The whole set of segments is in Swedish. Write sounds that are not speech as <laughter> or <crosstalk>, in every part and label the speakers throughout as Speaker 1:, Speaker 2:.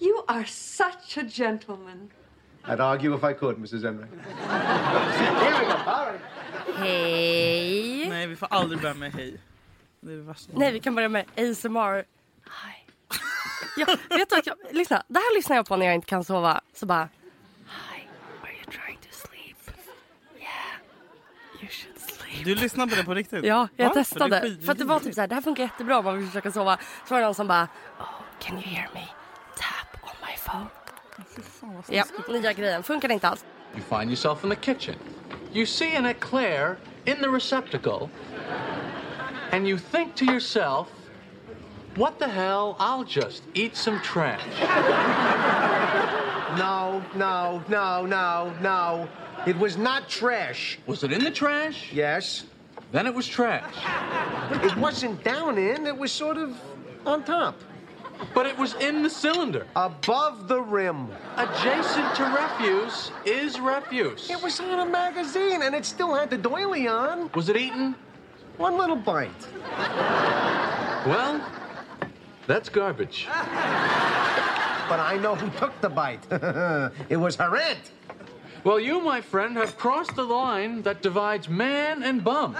Speaker 1: You are such a gentleman.
Speaker 2: I'd argue if I could, Mrs. Enright.
Speaker 3: Hej.
Speaker 4: Nej, vi får aldrig börja med hej. Det är det värsta.
Speaker 3: Nej, vi kan börja med ASMR. Hi. <laughs> Ja, vet du, vad jag, lyssna, det här lyssnar jag på när jag inte kan sova. Så bara... Hi, are you trying to sleep? Yeah, you should sleep.
Speaker 4: Du lyssnar på det på riktigt?
Speaker 3: Ja, jag
Speaker 4: Varför?
Speaker 3: testade.
Speaker 4: är skit-
Speaker 3: för att det var typ så här, det här funkar jättebra om man vill försöka sova. Så var det någon som bara, oh, can you hear me? Tap on my phone. Ja, nya grejen. Funkar inte alls.
Speaker 5: You find yourself in the kitchen. You see an eclair in the receptacle, and you think to yourself, what the hell? I'll just eat some trash.
Speaker 2: No, no, no, no, no. It was not trash.
Speaker 5: Was it in the trash?
Speaker 2: Yes.
Speaker 5: Then it was trash.
Speaker 2: It wasn't down in, it was sort of on top.
Speaker 5: But it was in the cylinder.
Speaker 2: Above the rim.
Speaker 5: Adjacent to refuse is refuse.
Speaker 2: It was on a magazine and it still had the doily on.
Speaker 5: Was it eaten?
Speaker 2: One little bite.
Speaker 5: Well, that's garbage.
Speaker 2: But I know who took the bite. <laughs> it was her aunt.
Speaker 5: Well, you, my friend, have crossed the line that divides man and bum.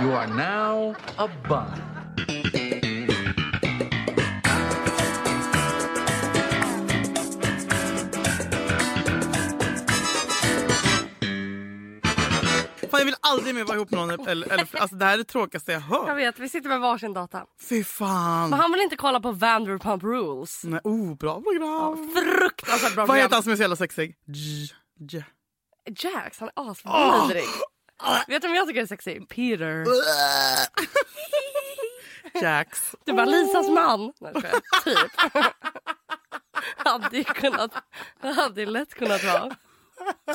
Speaker 5: You are now a bum.
Speaker 4: Fan, jag vill aldrig mer vara ihop med någon. Eller, eller, alltså, det här är det tråkigaste jag
Speaker 3: Jag
Speaker 4: hört.
Speaker 3: vet, vi sitter med varsin data.
Speaker 4: Fy fan.
Speaker 3: Men han vill inte kolla på Vanderpump Rules.
Speaker 4: Nej, oh, bra program.
Speaker 3: Fruktansvärt bra
Speaker 4: Vad
Speaker 3: program.
Speaker 4: heter han som är så jävla sexig? J- J-
Speaker 3: <laughs> Jax, han är asvidrig. Vet du vem jag tycker är sexig? Peter.
Speaker 4: Jax.
Speaker 3: Du bara Lisas man. Nej, jag skojar. typ. <laughs> hade ju kunnat, hade ju lätt kunnat vara.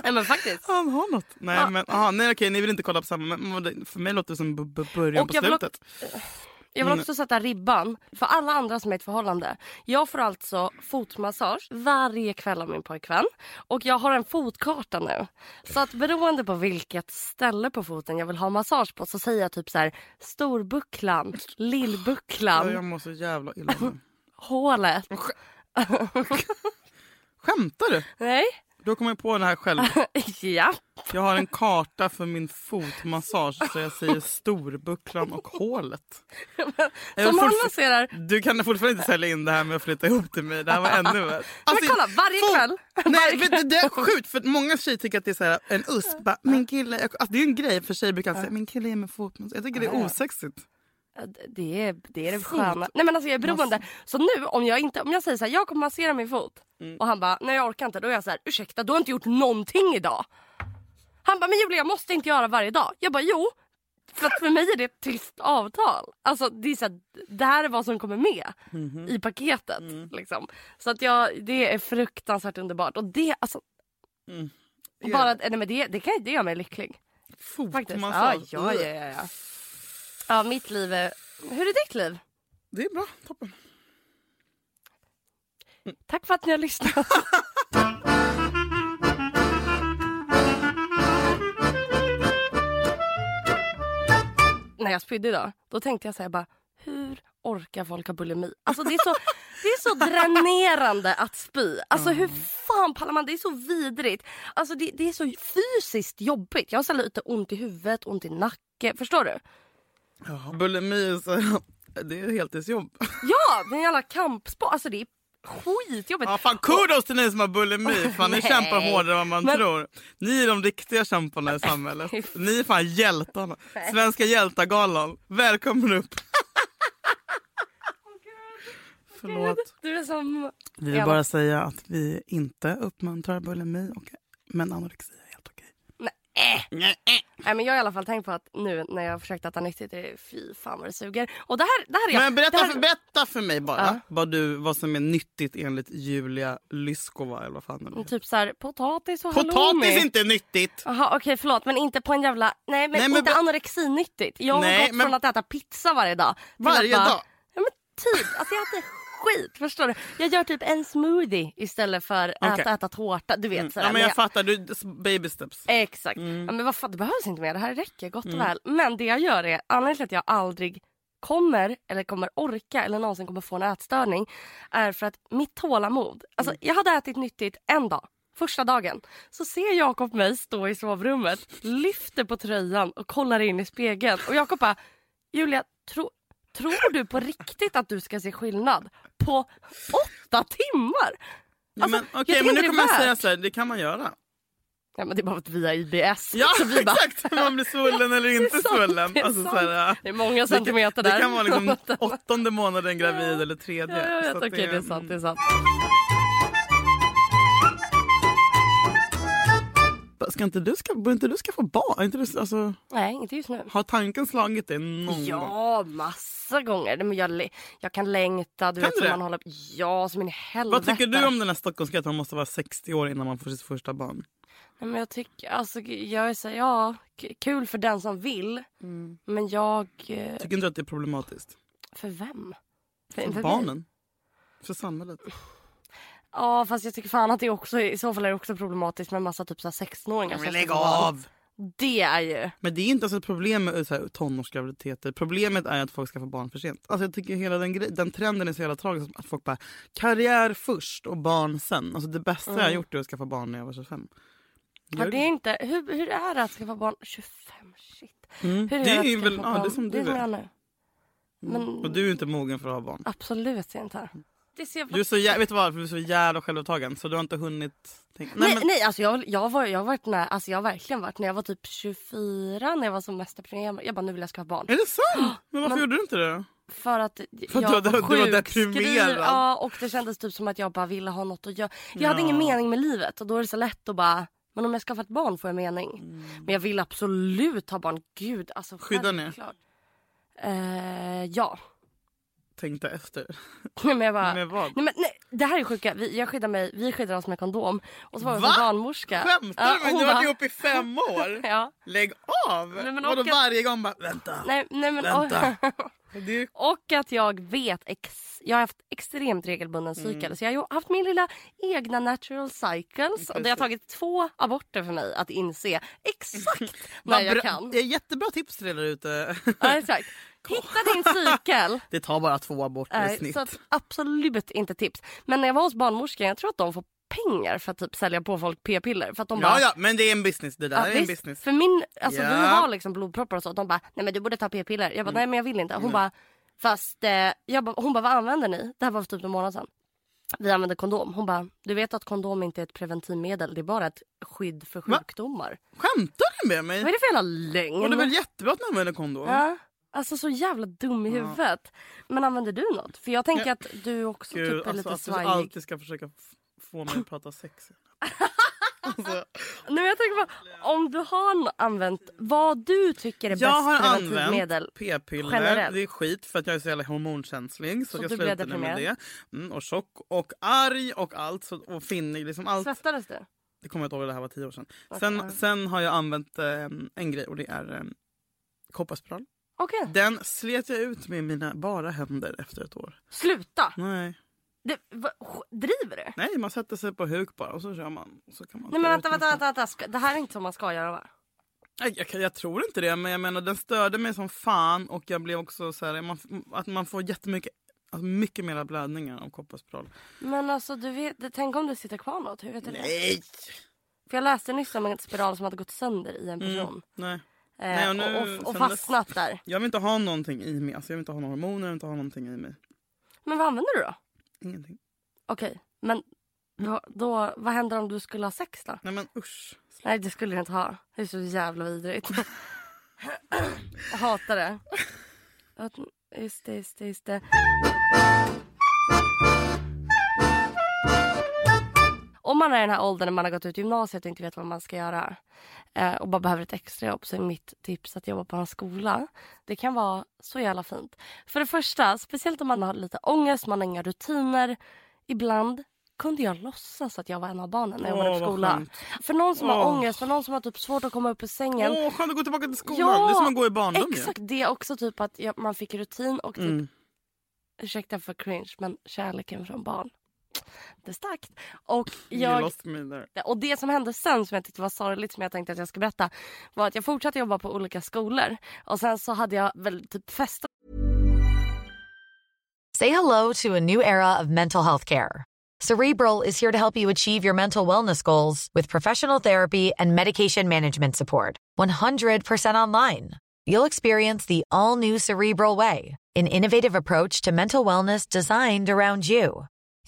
Speaker 3: Nej men faktiskt.
Speaker 4: Han har något. Nej, men, aha, nej okej, ni vill inte kolla på samma. Men vad det- för mig låter det som b- b- början
Speaker 3: Och
Speaker 4: på
Speaker 3: jag vill
Speaker 4: slutet.
Speaker 3: Jag vill också sätta ribban för alla andra som är i ett förhållande. Jag får alltså fotmassage varje kväll av min pojkvän. Och jag har en fotkarta nu. Så att beroende på vilket ställe på foten jag vill ha massage på så säger jag typ så här storbucklan,
Speaker 4: Ja, Jag
Speaker 3: lillbucklan,
Speaker 4: mår så jävla illa nu.
Speaker 3: hålet.
Speaker 4: Skämtar du?
Speaker 3: Nej?
Speaker 4: Då kommer jag på det här själv.
Speaker 3: <laughs> Ja.
Speaker 4: Jag har en karta för min fotmassage så jag säger storbucklan och hålet. Jag
Speaker 3: Som
Speaker 4: får-
Speaker 3: han masserar
Speaker 4: Du kan fortfarande inte sälja in det här med att flytta ihop till mig. Det här var ännu värre.
Speaker 3: men kolla, varje
Speaker 4: fot-
Speaker 3: kväll.
Speaker 4: Nej, vet du, det är sjukt för att många tjejer tycker att det är så här, en USP. Bara, min kille, jag, alltså, det är ju en grej för tjejer brukar alltid säga min kille ger mig fotmassage. Jag tycker det är osexigt.
Speaker 3: D- Det är det, är det
Speaker 4: Fot.
Speaker 3: sköna. Nej men alltså jag är beroende. Så nu om jag inte, om jag säger så här, jag kommer massera min fot. Och han bara, nej jag orkar inte. Då är jag så här, ursäkta du har inte gjort någonting idag. Han bara, men Julia jag måste inte göra varje dag. Jag bara, jo. För att för mig är det ett tyst avtal. Alltså det är så här, det här är vad som kommer med i paketet. Liksom. Så att jag, det är fruktansvärt underbart. Och det, alltså. Och bara, nej, men det, det, kan, det gör mig lycklig. Faktiskt. Ja,
Speaker 4: Fotmassage.
Speaker 3: ja, ja, ja, ja. ja, mitt liv är... Hur är ditt liv?
Speaker 4: Det är bra, toppen.
Speaker 3: Tack för att ni har lyssnat. <laughs> När jag spydde idag, då tänkte jag så här bara, hur orkar folk ha bulimi? Alltså det är så, det är så dränerande att spy. Alltså hur fan pallar man? Det är så vidrigt. Alltså det, det är så fysiskt jobbigt. Jag har så här lite ont i huvudet, ont i nacken. Förstår du?
Speaker 4: Ja. Bulimi, är så, här- det är heltidsjobb.
Speaker 3: Ja, det är en jävla kampsport. Alltså det är skitjobbigt.
Speaker 4: Ja, fan, kudos till ni som har bulimi. Fan, ni
Speaker 3: Nej.
Speaker 4: kämpar hårdare än vad man
Speaker 3: Men-
Speaker 4: tror. Ni är de riktiga kämparna i samhället. Ni är fan hjältarna. Svenska hjältagalan. Välkommen upp. Förlåt.
Speaker 3: Du är som...
Speaker 4: Vi vill bara säga att vi inte uppmuntrar bulimi, och, men anorexia är helt okej.
Speaker 3: Nej, men jag har i alla fall tänkt på att nu när jag försökt äta nyttigt, det är fy fan vad det suger. Och det här, det här är jag.
Speaker 4: Men berätta,
Speaker 3: det här,
Speaker 4: för, berätta för mig bara vad, du, vad som är nyttigt enligt Julia Lyskova. Eller vad fan det är.
Speaker 3: Typ så här, potatis och halloumi.
Speaker 4: Potatis är inte nyttigt!
Speaker 3: Jaha okej förlåt men inte på en jävla, nej men,
Speaker 4: Nej, men
Speaker 3: inte
Speaker 4: be-
Speaker 3: anorexinyttigt. Jag har
Speaker 4: Nej,
Speaker 3: gått
Speaker 4: men-
Speaker 3: från att äta pizza varje dag. till
Speaker 4: Varje
Speaker 3: att bara,
Speaker 4: dag?
Speaker 3: Ja men typ, alltså jag äter skit förstår du. Jag gör typ en smoothie istället för att
Speaker 4: Okej. Mm.
Speaker 3: äta, äta tårta. Du vet sådär.
Speaker 4: Ja,
Speaker 3: Men
Speaker 4: men jag fattar, du, baby steps. Mm.
Speaker 3: Exakt. Ja, men vad fan, det behövs inte mer. Det här räcker gott och väl. Men det jag gör är, anledningen till att jag aldrig kommer eller kommer orka eller någonsin kommer få en ätstörning är för att mitt tålamod... Alltså,
Speaker 4: Mm.
Speaker 3: Jag hade ätit nyttigt en dag, första dagen. Så ser Jakob mig stå i sovrummet, lyfter på tröjan och kollar in i spegeln. Och Jakob bara, Julia, tro, tror du på riktigt att du ska se skillnad på åtta timmar? Alltså,
Speaker 4: men,
Speaker 3: jag
Speaker 4: okej, men
Speaker 3: tycker
Speaker 4: nu
Speaker 3: inte
Speaker 4: kommer
Speaker 3: det är
Speaker 4: jag
Speaker 3: värt.
Speaker 4: säga så här, det kan man göra.
Speaker 3: Ja, men det är bara för att vi har IBS.
Speaker 4: Ja,
Speaker 3: så vi bara,
Speaker 4: exakt! Man blir svullen
Speaker 3: <laughs>
Speaker 4: eller
Speaker 3: Det är
Speaker 4: inte
Speaker 3: sant,
Speaker 4: svullen.
Speaker 3: det är
Speaker 4: Alltså, så
Speaker 3: sant.
Speaker 4: här,
Speaker 3: Det är många centimeter
Speaker 4: det,
Speaker 3: där.
Speaker 4: det kan
Speaker 3: <laughs>
Speaker 4: vara liksom åttonde månaden gravid eller tredje.
Speaker 3: Ja, jag vet.
Speaker 4: Så att
Speaker 3: Okej, det är sant. Det är sant.
Speaker 4: Ska inte du, ska, borde inte du skaffa barn? Är Inte du, alltså,
Speaker 3: Nej, inte just nu.
Speaker 4: har tanken slagit dig någon gång?
Speaker 3: Ja, massa gånger. Nej, Men jag, le- jag kan längta. Du
Speaker 4: Kan
Speaker 3: vet,
Speaker 4: du
Speaker 3: som
Speaker 4: det?
Speaker 3: man håller... Ja, som in i helvete.
Speaker 4: Vad tycker du om den här Stockholmsgrejen att man måste vara 60 år innan man får sitt första barn?
Speaker 3: Nej, men jag tycker... Alltså, jag är så här, ja, k- kul för den som vill. Men jag... eh,
Speaker 4: Tycker inte du att det är problematiskt?
Speaker 3: För vem? För,
Speaker 4: För
Speaker 3: mig?
Speaker 4: barnen? För samhället?
Speaker 3: Ja, fast jag tycker fan att det också... I så fall är det också problematiskt med massa typ så här 16-åringar. som ska få barn. Det är ju...
Speaker 4: Men det är inte alltså ett problem med så här, tonårsgraviditeter. Problemet är att folk ska få barn för sent. Alltså jag tycker hela den, gre- den trenden är så jävla tragisk. Att folk bara karriär först och barn sen. Alltså det bästa
Speaker 3: Mm.
Speaker 4: jag har gjort är att skaffa barn när jag var 25.
Speaker 3: Ja,
Speaker 4: Gör
Speaker 3: det är inte, hur, hur är det att skaffa barn? 25, shit.
Speaker 4: Mm.
Speaker 3: Hur
Speaker 4: Det
Speaker 3: att
Speaker 4: är ju
Speaker 3: skaffa
Speaker 4: väl- ja,
Speaker 3: barn?
Speaker 4: det är som du
Speaker 3: det är.
Speaker 4: är.
Speaker 3: jag nu. Men
Speaker 4: Och du är ju inte mogen för att ha barn.
Speaker 3: absolut inte. Det ser
Speaker 4: Du är så, jä- vet du varför? Du är så jävla självupptagen så du har inte hunnit tänka.
Speaker 3: Nej,
Speaker 4: men-
Speaker 3: nej alltså jag, jag, var, jag, har varit när, alltså jag har verkligen varit när jag var typ 24, när jag var som mest deprimerad. Jag bara, nu vill jag skaffa barn.
Speaker 4: Är det sant? Men varför gjorde du inte det då?
Speaker 3: För att
Speaker 4: För att
Speaker 3: jag
Speaker 4: du-
Speaker 3: var
Speaker 4: du var
Speaker 3: sjukskriven.
Speaker 4: deprimerad.
Speaker 3: Ja, och det kändes typ som att jag bara ville ha något att göra. Jag hade
Speaker 4: Ja.
Speaker 3: ingen mening med livet och då är det så lätt att bara, men om jag skaffar ett barn får jag mening.
Speaker 4: Mm.
Speaker 3: Men jag vill absolut ha barn. Gud, alltså
Speaker 4: Skyddar ni?
Speaker 3: självklart. Eh, ja.
Speaker 4: Tänkte efter.
Speaker 3: Nej, <laughs> men jag bara,
Speaker 4: Med vad?
Speaker 3: Nej, men, nej, det här är sjuka. Vi, jag skyddar mig, vi skyddar oss med kondom. Och så var det
Speaker 4: Va?
Speaker 3: en barnmorska.
Speaker 4: Skämtar du?
Speaker 3: hon
Speaker 4: Men du har
Speaker 3: bara-
Speaker 4: varit ihop i fem
Speaker 3: <laughs>
Speaker 4: år?
Speaker 3: Ja.
Speaker 4: Lägg av!
Speaker 3: Nej, men
Speaker 4: Vadå
Speaker 3: och-
Speaker 4: varje gång bara vänta?
Speaker 3: Nej, nej, men,
Speaker 4: Vänta.
Speaker 3: Och,
Speaker 4: Det är ju
Speaker 3: <laughs> och att jag vet... Ex, jag har haft extremt regelbunden
Speaker 4: Mm.
Speaker 3: cykel. Så jag har ju haft min lilla egna natural cycles. Och det har tagit två aborter för mig att inse
Speaker 4: <laughs>
Speaker 3: exakt när
Speaker 4: Vad
Speaker 3: jag
Speaker 4: bra-
Speaker 3: kan.
Speaker 4: <laughs> Det är jättebra tips till er där ute. <laughs>
Speaker 3: Ja, exakt. Hitta din cykel.
Speaker 4: Det tar bara två aborter i
Speaker 3: Nej,
Speaker 4: snitt.
Speaker 3: så att, absolut inte tips. Men när jag var hos barnmorskan, jag tror att de får pengar för att typ sälja på folk p-piller. För att de bara,
Speaker 4: Ja, ja, men det är en business. Det där
Speaker 3: Ja,
Speaker 4: är en
Speaker 3: visst.
Speaker 4: business.
Speaker 3: För min, alltså
Speaker 4: Ja. Mm.
Speaker 3: vi har liksom blodproppar och så. De bara, nej men du borde ta p-piller. Jag bara, nej men jag vill inte. Hon bara, fast eh, jag bara, hon bara, vad använder ni? Det här var för typ en månad sedan. Vi använder kondom. Hon bara, du vet att kondom inte är ett preventivmedel. Det är bara ett skydd för
Speaker 4: Va?
Speaker 3: sjukdomar.
Speaker 4: Skämtar du med mig?
Speaker 3: Vad är det för jävla lögn?
Speaker 4: Och det är väl jättebra att ni använder kondom?
Speaker 3: ja. Alltså så jävla dum i huvudet. Men använder du något? För jag tänker att du också
Speaker 4: Gud,
Speaker 3: typ är
Speaker 4: alltså,
Speaker 3: lite
Speaker 4: att du
Speaker 3: svajig.
Speaker 4: alltid ska försöka f- få mig att prata sex. alltså,
Speaker 3: Nej, men jag tänker på, om du har n- använt vad du tycker är
Speaker 4: jag har
Speaker 3: bäst preventivmedel.
Speaker 4: använt p-piller.
Speaker 3: generellt.
Speaker 4: Det är skit för att jag är så jävla hormonkänslig. Så,
Speaker 3: Så
Speaker 4: jag
Speaker 3: du blev
Speaker 4: slutade med det.
Speaker 3: deprimerad?
Speaker 4: Mm, och tjock och arg och allt. Så, och finnig. Liksom allt.
Speaker 3: Svettades du?
Speaker 4: Det kommer jag inte ihåg, det här var tio år sedan.
Speaker 3: ja.
Speaker 4: Sen, sen har jag använt eh, en grej och det är eh, kopparspiral.
Speaker 3: Okej,
Speaker 4: Den slet jag ut med mina bara händer efter ett år.
Speaker 3: sluta!
Speaker 4: Nej,
Speaker 3: Det, va, sk- driver du?
Speaker 4: Nej man sätter sig på huk bara och så kör man. Och så kan man
Speaker 3: Nej men
Speaker 4: ta
Speaker 3: vänta,
Speaker 4: ut
Speaker 3: vänta,
Speaker 4: den.
Speaker 3: vänta, vänta. Ska- Det här är inte som man ska göra va?
Speaker 4: Nej, Jag, kan- jag tror inte det, men jag menar den störde mig som fan och jag blev också så här, man, att man får jättemycket, alltså mycket mera blödningar av kopparspiral.
Speaker 3: Men alltså du vet, det- tänk om det sitter kvar något, hur vet du det?
Speaker 4: Nej!
Speaker 3: För jag läste nyss om en spiral som hade gått sönder i en person.
Speaker 4: Nej.
Speaker 3: Eh,
Speaker 4: Mm. Nej, och
Speaker 3: och,
Speaker 4: nu
Speaker 3: och, och
Speaker 4: sändes-
Speaker 3: fastnat där.
Speaker 4: Jag vill inte ha någonting i mig, alltså, jag vill inte ha några hormoner, jag vill inte ha någonting i mig.
Speaker 3: Men vad använder du då?
Speaker 4: Ingenting.
Speaker 3: Okej, men då, då, vad händer om du skulle ha sex då?
Speaker 4: Nej men usch.
Speaker 3: Nej det skulle jag inte ha. Det är så jävla vidrigt. jag hatar det. Att- Just det, just det, just det. Om man är i den här åldern när man har gått ut gymnasiet och inte vet vad man ska göra eh, och bara behöver ett extrajobb så är mitt tips att jobba på en skola. Det kan vara så jävla fint. För det första, speciellt om man har lite ångest, man har inga rutiner. Ibland kunde jag låtsas att jag var en av barnen när jag jobbade
Speaker 4: Åh,
Speaker 3: på
Speaker 4: vad
Speaker 3: skola.
Speaker 4: skönt.
Speaker 3: För någon som har
Speaker 4: Åh.
Speaker 3: ångest, för någon som har typ svårt att komma upp ur sängen.
Speaker 4: Åh, skönt att gå tillbaka till skolan. det är som att gå i barndom ju.
Speaker 3: Exakt, det är också typ att jag, man fick rutin och typ,
Speaker 4: Mm.
Speaker 3: ursäkta för cringe, men kärleken från barn. Det är starkt. Och,
Speaker 4: You
Speaker 3: jag,
Speaker 4: lost me there.
Speaker 3: och det som hände sen som jag tyckte var sorgligt som jag tänkte att jag skulle berätta var att jag fortsatte jobba på olika skolor och sen så hade jag väl typ fester
Speaker 6: Say hello to a new era of mental health care. Cerebral is here to help you achieve your mental wellness goals with professional therapy and medication management support. 100% online. You'll experience the all new Cerebral Way, an innovative approach to mental wellness designed around you.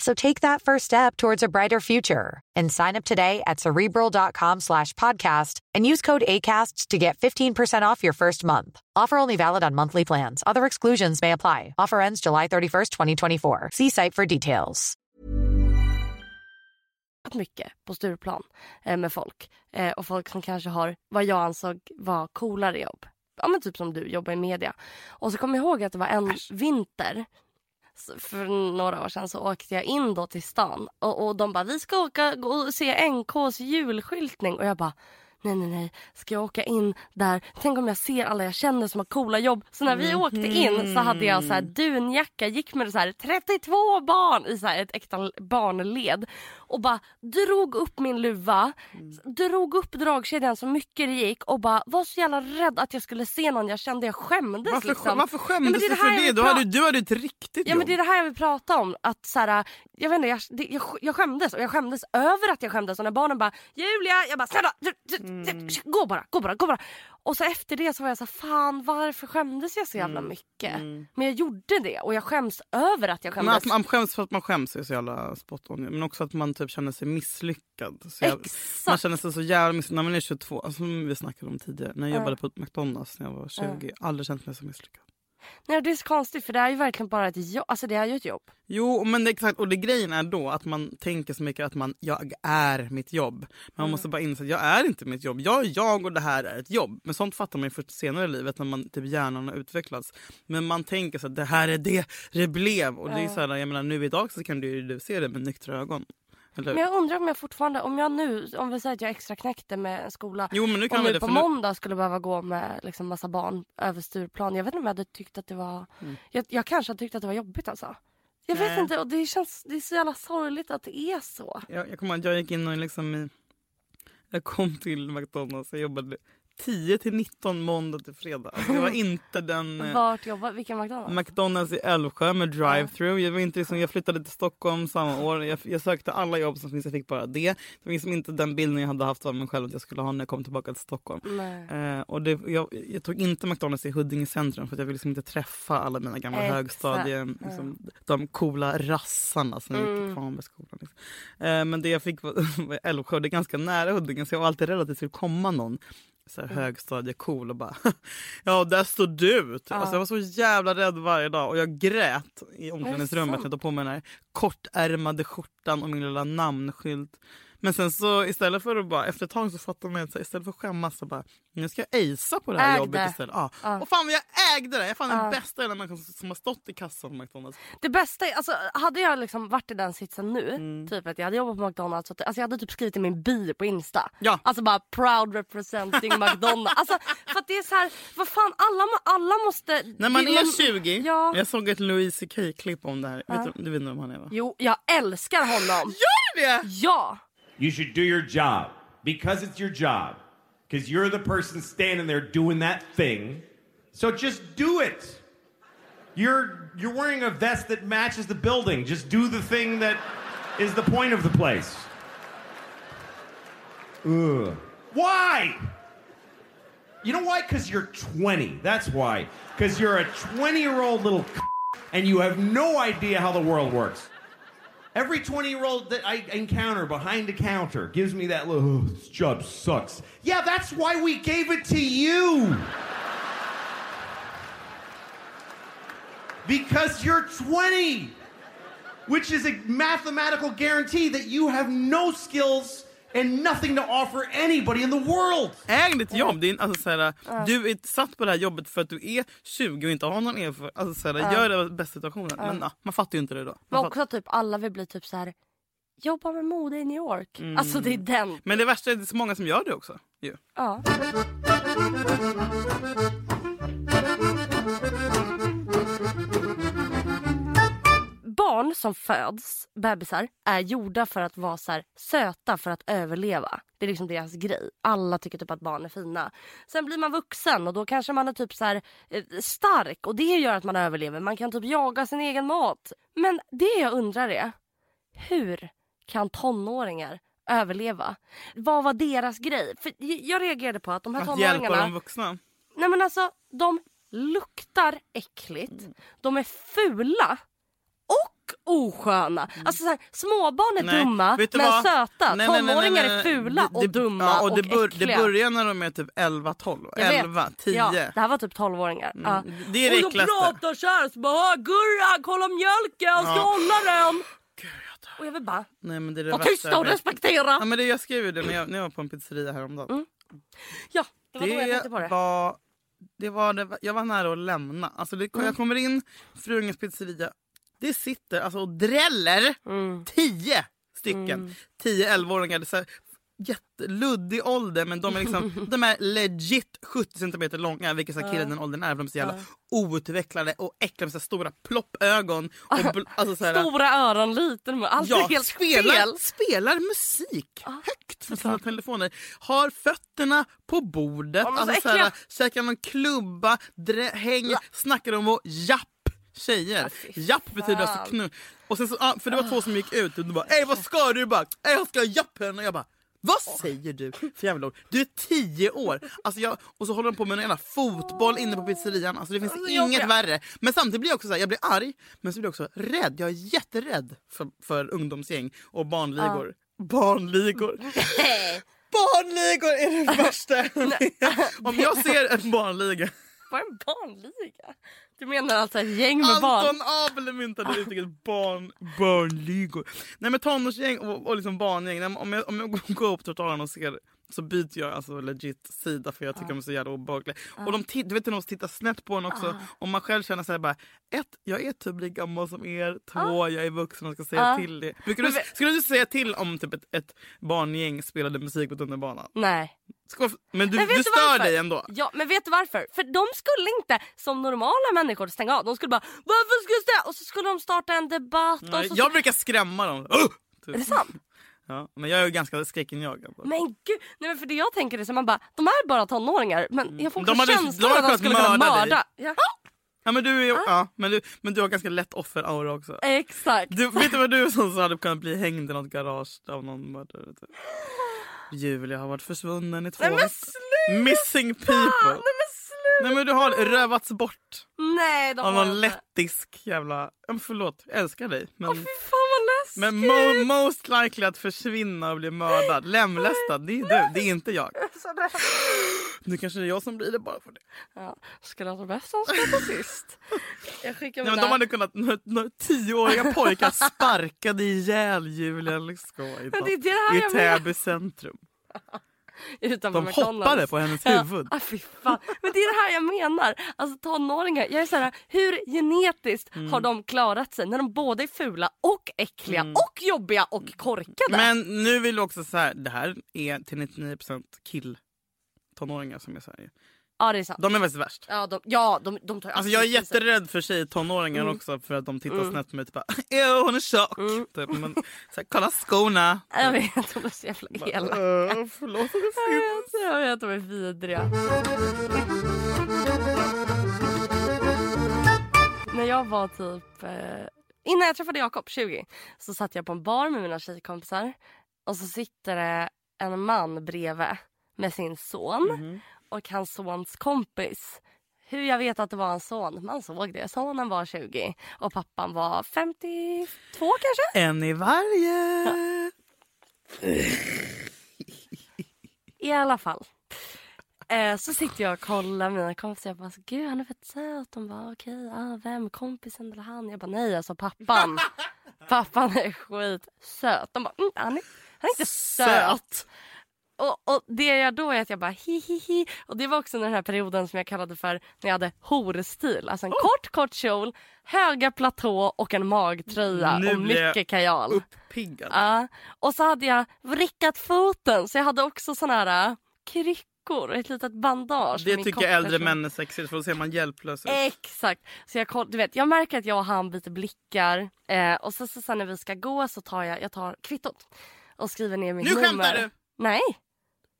Speaker 6: So take that first step towards a brighter future and sign up today at cerebral.com slash podcast and use code ACAST to get 15% off your first month. Offer only valid on monthly plans. Other exclusions may apply. Offer ends July 31st, 2024. See site for details.
Speaker 3: pratat mycket på Stureplan eh, med folk. Eh, och folk som kanske har vad jag ansåg var coolare jobb. Ja men typ som du, jobbar i media. Och så kommer jag ihåg att det var en vinter s- Alltså, för några år sedan så åkte jag in då till stan och, och de bara vi ska åka gå och se NKs julskyltning och jag bara nej nej nej ska jag åka in där tänk om jag ser alla jag känner som har coola jobb så när vi åkte in så hade jag så här
Speaker 4: Mhm.
Speaker 3: dunjacka gick med så här 32 barn i så här ett äkta barnled och bara drog upp min luva
Speaker 4: Mm.
Speaker 3: drog upp dragkedjan så mycket det gick och bara var så jävla rädd att jag skulle se någon jag kände jag skämdes
Speaker 4: Varför,
Speaker 3: liksom.
Speaker 4: varför
Speaker 3: Ja, men
Speaker 4: skämdes
Speaker 3: det är
Speaker 4: du
Speaker 3: det
Speaker 4: för
Speaker 3: här jag
Speaker 4: det?
Speaker 3: vill
Speaker 4: Du hade,
Speaker 3: prata-
Speaker 4: du hade ett riktigt
Speaker 3: Ja
Speaker 4: jobb.
Speaker 3: men det är det här jag vill prata om. Att så här, jag vet inte, jag, det, jag, sk- jag skämdes och jag skämdes över att jag skämdes. Och när barnen bara “Julia”, jag bara “snälla, du, du, du,
Speaker 4: Mm.
Speaker 3: gå bara, gå bara, gå bara”. Och så efter det så var jag så här, fan varför skämdes jag så jävla
Speaker 4: Mm.
Speaker 3: mycket? Men jag gjorde det och jag skäms över att jag
Speaker 4: Men
Speaker 3: skämdes.
Speaker 4: att man skäms för att man skäms är så jävla spot on. Men också att man typ känner sig misslyckad. Så jävla-
Speaker 3: Exakt.
Speaker 4: man känner sig så jävla misslyckad när man är 22. Alltså, som vi snackade om tidigare. När jag jobbade på McDonalds när jag var 20. Aldrig känt mig så misslyckad.
Speaker 3: Nej, det är så konstigt för det är ju verkligen bara ett jobb. Alltså det är ju ett jobb.
Speaker 4: Jo, men det, är exakt. Och det grejen är då att man tänker så mycket att man, jag är mitt jobb. Men man måste bara inse att jag är inte mitt jobb. Jag är jag och det här är ett jobb. Men sånt fattar man ju först senare i livet när man, typ hjärnan har utvecklats. Men man tänker så att det här är det det blev. Och det är så här, jag menar, nu idag så kan du, ju- du se det med nyktra ögon. Eller hur?
Speaker 3: Men jag undrar om jag fortfarande, om jag nu, om vi säger att jag extra knäckte med en skola.
Speaker 4: Jo, men nu kan
Speaker 3: om
Speaker 4: vi
Speaker 3: nu
Speaker 4: det,
Speaker 3: på
Speaker 4: för nu-
Speaker 3: måndag skulle behöva gå med liksom massa barn över Stureplan. Jag vet inte om jag hade tyckt att det var,
Speaker 4: Mm.
Speaker 3: jag, jag kanske hade tyckt att det var jobbigt alltså. Jag vet inte och det känns, det är så jävla sorgligt att det är så.
Speaker 4: Jag, jag kommer ihåg att jag gick in och liksom i, jag kom till McDonalds och jobbade 10 till 19 måndag till fredag. Alltså, det var
Speaker 3: <laughs>
Speaker 4: inte den... eh,
Speaker 3: Vart jobbar, vilken McDonalds?
Speaker 4: McDonalds i Älvsjö med drive-through. Jag, var inte liksom, jag flyttade till Stockholm samma år. Jag, jag sökte alla jobb som finns, jag fick bara det. Det var liksom inte den bilden jag hade haft av mig själv att jag skulle ha när jag kom tillbaka till Stockholm.
Speaker 3: Nej.
Speaker 4: Eh, och det, jag, jag tog inte McDonalds i Huddinge centrum för att jag ville liksom inte träffa alla mina gamla
Speaker 3: Exakt.
Speaker 4: högstadie... Liksom, De coola rassarna som gick
Speaker 3: Mm.
Speaker 4: i Kvarnbergsskolan. Liksom. Eh, men det jag fick var <laughs> var Älvsjö, det är ganska nära Huddinge så jag var alltid rädd att det skulle komma någon så här högstadiecool och bara <laughs> ja och där står du. Typ. Alltså, jag var så jävla rädd varje dag och jag grät i omklädningsrummet när jag tog på mig den här kortärmade skjortan och min lilla namnskylt. Men sen så istället för att bara efter ett tag så fattade man att så här, istället för att skämmas så bara nu ska jag acea på det här
Speaker 3: Äg det.
Speaker 4: jobbet istället. Ja. Och fan vad jag ägde det! Jag är fan den bästa jävla människan som, som har stått i kassan på McDonalds.
Speaker 3: Det bästa är, alltså hade jag liksom varit i den sitsen nu,
Speaker 4: Mm.
Speaker 3: typ att jag hade jobbat på McDonalds, och, alltså jag hade typ skrivit i min bio på Insta.
Speaker 4: Ja.
Speaker 3: Alltså bara proud representing McDonalds. Alltså för att det är så här, vad fan alla, må- alla måste...
Speaker 4: När man
Speaker 3: det-
Speaker 4: är 20,
Speaker 3: Ja.
Speaker 4: jag såg ett Louis CK-klipp om det här. Vet du, du vet nog om han är va?
Speaker 3: Jo, jag älskar honom.
Speaker 4: Gör det!
Speaker 3: Ja!
Speaker 7: You should do your job because it's your job. Because you're the person standing there doing that thing. So just do it. You're you're wearing a vest that matches the building. Just do the thing that is the point of the place. Ugh. Why? You know why? Because you're 20. That's why. Because you're a 20 year old little c- and you have no idea how the world works. Every 20 year old that I encounter behind the counter gives me that little, "Ugh, this job sucks. Yeah, that's why we gave it to you. because you're 20, which is a mathematical guarantee that you have no skills and nothing to offer anybody in the world.
Speaker 4: Äg ditt jobb! Det är, alltså, så här, Du är satt på det här jobbet för att du är 20 och inte har någon erfarenhet. Alltså, så här, Gör det bästa situationen. Men, ja, man fattar ju inte det då. Man
Speaker 3: Men
Speaker 4: fattar-
Speaker 3: också typ alla vill bli typ så här jobba med mode i New York.
Speaker 4: Mm.
Speaker 3: Alltså det är den.
Speaker 4: Men det värsta är att det är så många som gör det också. ju.
Speaker 3: Ja. Barn som föds, bebisar, är gjorda för att vara så här, söta för att överleva. Det är liksom deras grej. Alla tycker typ att barn är fina. Sen blir man vuxen och då kanske man är typ så här, eh, stark och det gör att man överlever. Man kan typ jaga sin egen mat. Men det jag undrar är, hur kan tonåringar överleva? Vad var deras grej? För j- jag reagerade på att de här
Speaker 4: Att hjälpa
Speaker 3: tonåringarna...
Speaker 4: de vuxna.
Speaker 3: Nej men alltså, de luktar äckligt.
Speaker 4: Mm.
Speaker 3: De är fula. Och osköna. Alltså så här, småbarn är
Speaker 4: Mm. Nej,
Speaker 3: dumma
Speaker 4: vet du
Speaker 3: men
Speaker 4: vad?
Speaker 3: söta.
Speaker 4: Nej, nej, nej,
Speaker 3: Tonåringar
Speaker 4: nej, nej.
Speaker 3: är fula
Speaker 4: Det-
Speaker 3: och
Speaker 4: det-
Speaker 3: dumma
Speaker 4: ja,
Speaker 3: och,
Speaker 4: det bör-
Speaker 3: äckliga.
Speaker 4: Det börjar när de är typ 11, 12,
Speaker 3: Jag vet.
Speaker 4: 11, 10.
Speaker 3: Ja, det här var typ 12-åringar. Ja.
Speaker 4: Mm. det är det
Speaker 3: och de
Speaker 4: äckligaste.
Speaker 3: pratar så här. Så bara, "Hör, Gurra kolla mjölken, jag ska
Speaker 4: Ja.
Speaker 3: hålla den. Och jag vill bara,
Speaker 4: Nej, men det är det
Speaker 3: var
Speaker 4: värsta
Speaker 3: tysta
Speaker 4: jag
Speaker 3: och
Speaker 4: vet.
Speaker 3: respektera.
Speaker 4: Ja, men det, jag skrev ju det när jag, när jag var på en pizzeria häromdagen.
Speaker 3: Mm. Ja, det var då jag
Speaker 4: Det
Speaker 3: tänkte på det.
Speaker 4: var, det var, det var, jag var nära att lämna. Alltså det,
Speaker 3: Mm.
Speaker 4: Jag kommer in, Fruängens pizzeria. Det sitter alltså och dräller
Speaker 3: Mm.
Speaker 4: tio stycken. Tio elvaåringar. Det är så här Jätteluddig ålder men de
Speaker 3: <laughs>
Speaker 4: är liksom de är legit 70 centimeter långa vilket så här killen i den åldern är för de är så jävla outvecklade och äckliga med så här stora ploppögon.
Speaker 3: <laughs>
Speaker 4: Och bl- alltså så här,
Speaker 3: Stora öron, liten mun. Allt är helt
Speaker 4: spelar,
Speaker 3: fel.
Speaker 4: spelar musik högt med sina telefoner. Har fötterna på bordet.
Speaker 3: Ja, men så
Speaker 4: alltså, såhär,
Speaker 3: äckliga.
Speaker 4: käkar någon klubba, drä, hänger, snackar om och japp tjejer. japp betyder alltså knull. Och sen så, ah, för det var två som gick ut och de bara ey vad ska du? Du bara ey jag ska japp henne. Och jag bara vad säger du för jävla ord? Du är tio år! Alltså jag, och så håller de på med en jävla fotboll inne på pizzerian. Alltså det finns inget
Speaker 3: jobbiga.
Speaker 4: värre. Men samtidigt blir jag också så här, jag blir arg, men så blir jag också rädd. Jag är jätterädd för, för ungdomsgäng och barnligor. Barnligor! barnligor är det värsta jag vet. Om jag ser en barnliga.
Speaker 3: Var en barnliga? Du menar alltså ett gäng med Ah. barn?
Speaker 4: Anton Abel myntade uttrycket barn, barnligor. Nej men tonårsgäng och, och liksom barngäng. Nej, men Om jag, om jag går upp till trottoaren och ser så byter jag alltså legit sida för
Speaker 3: Ah.
Speaker 4: jag tycker de är så jävla obehagliga. Och de titt- du vet när de tittar snett på en också.
Speaker 3: Ah.
Speaker 4: Och man själv känner såhär bara, ett, jag är typ lika gammal som er. Två,
Speaker 3: Ah.
Speaker 4: jag är vuxen och ska säga till det. Brukar du, skulle du säga till om typ ett, ett barngäng spelade musik på tunnelbanan?
Speaker 3: Nej.
Speaker 4: Ska- Men du,
Speaker 3: Men vet
Speaker 4: du stör dig ändå?
Speaker 3: Ja, men vet du varför? För de skulle inte som normala människor stänga av. De skulle bara “Varför ska du stänga?” och så skulle de starta en debatt. Och
Speaker 4: Nej,
Speaker 3: så...
Speaker 4: jag brukar skrämma dem. Oh! Typ.
Speaker 3: Är det sant?
Speaker 4: Ja, men jag är ju ganska skräckinjagande.
Speaker 3: Men gud, nej men för det jag tänker är så man bara, de är bara tonåringar men jag får
Speaker 4: De
Speaker 3: också
Speaker 4: hade-
Speaker 3: känslan
Speaker 4: de
Speaker 3: att
Speaker 4: hade
Speaker 3: de skulle
Speaker 4: kunnat
Speaker 3: kunna
Speaker 4: mörda dig.
Speaker 3: mörda. Ja,
Speaker 4: Ja, men, du är,
Speaker 3: Ah.
Speaker 4: ju- ja, men, du, men du har ganska lätt offeraura också.
Speaker 3: exakt. <laughs>
Speaker 4: Du, vet du vad du är som så hade kunnat bli hängd i något garage av någon mördare? Typ. Julia har varit försvunnen i två
Speaker 3: Nej men
Speaker 4: veckor.
Speaker 3: sluta!
Speaker 4: Missing
Speaker 3: Nej
Speaker 4: people.
Speaker 3: men sluta!
Speaker 4: Nej men du har rövats bort
Speaker 3: Nej, de
Speaker 4: av
Speaker 3: har inte.
Speaker 4: någon lettisk jävla... Ja, men förlåt, jag älskar dig. Men,
Speaker 3: Fy fan vad läskigt!
Speaker 4: men mo, most likely att försvinna och bli mördad, lemlästad, det är du, det är inte jag. Nu kanske det är jag som blir det bara för det.
Speaker 3: Ja, skulle alltså bäst han ska på sist. Jag skickar
Speaker 4: Nej,
Speaker 3: mina...
Speaker 4: men de hade kunnat, när, när tioåriga pojkar sparkade ihjäl Julia Lyskova i,
Speaker 3: Men det är det här
Speaker 4: i
Speaker 3: jag menar.
Speaker 4: Täby centrum.
Speaker 3: Utanför
Speaker 4: De
Speaker 3: McDonald's.
Speaker 4: hoppade på hennes huvud.
Speaker 3: Ja, ah, fy fan. Men det är det här jag menar. Alltså tonåringar, jag är så här, hur genetiskt
Speaker 4: Mm.
Speaker 3: har de klarat sig när de både är fula och äckliga och jobbiga och korkade?
Speaker 4: Mm. Men nu vill jag också så här, det här är till 99% kill tonåringar som är så här.
Speaker 3: Ja det är sant.
Speaker 4: De är faktiskt värst.
Speaker 3: Ja de, ja, de, de tar ju
Speaker 4: Alltså jag är
Speaker 3: absolut i sig.
Speaker 4: jätterädd för tjejtonåringar
Speaker 3: Mm.
Speaker 4: också för att de tittar snett på mig typ bara "Ew, hon är tjock. Typ, men, så här, kolla skorna.
Speaker 3: Jag vet, de är så jävla elaka.
Speaker 4: Uh, förlåt att det
Speaker 3: <laughs> Jag
Speaker 4: finns.
Speaker 3: vet, jag vet, de är vidriga. När jag var typ... Eh, innan jag träffade Jakob, 20, så satt jag på en bar med mina tjejkompisar. Och så sitter det en man bredvid med sin son och hans sons kompis. Hur jag vet att det var hans son? Man såg det. Sonen var 20 och pappan var 52 kanske?
Speaker 4: En i varje.
Speaker 3: I alla fall. Eh, så sitter jag och kollar mina kompisar. Jag bara, så, gud han är fett söt. De bara, okej, ah, vem? Kompisen eller han? Jag bara, nej alltså
Speaker 4: <laughs>
Speaker 3: pappan. pappan är skitsöt. De bara, mm, han, är, han är inte söt.
Speaker 4: Söt.
Speaker 3: och, och det jag gör då är att jag bara hi hi hi. Och det var också den här perioden som jag kallade för när jag hade horstil. Alltså en
Speaker 4: Oh!
Speaker 3: kort kort kjol, höga platå och en magtröja
Speaker 4: Nu
Speaker 3: och
Speaker 4: blir jag
Speaker 3: mycket kajal.
Speaker 4: Uppiggad.
Speaker 3: Ja. Och så hade jag vrickat foten så jag hade också sån här äh, kryckor och ett litet bandage. för
Speaker 4: det
Speaker 3: alltså, min
Speaker 4: tycker jag äldre
Speaker 3: korta-
Speaker 4: män är sexigt för då ser man hjälplös ut.
Speaker 3: Eh. Exakt. Så jag, koll- du vet, jag märker att jag och han byter blickar. Eh, och så, så sen när vi ska gå så tar jag, jag tar kvittot och skriver ner mitt
Speaker 4: Nu
Speaker 3: nummer.
Speaker 4: skämtar du!
Speaker 3: Nej.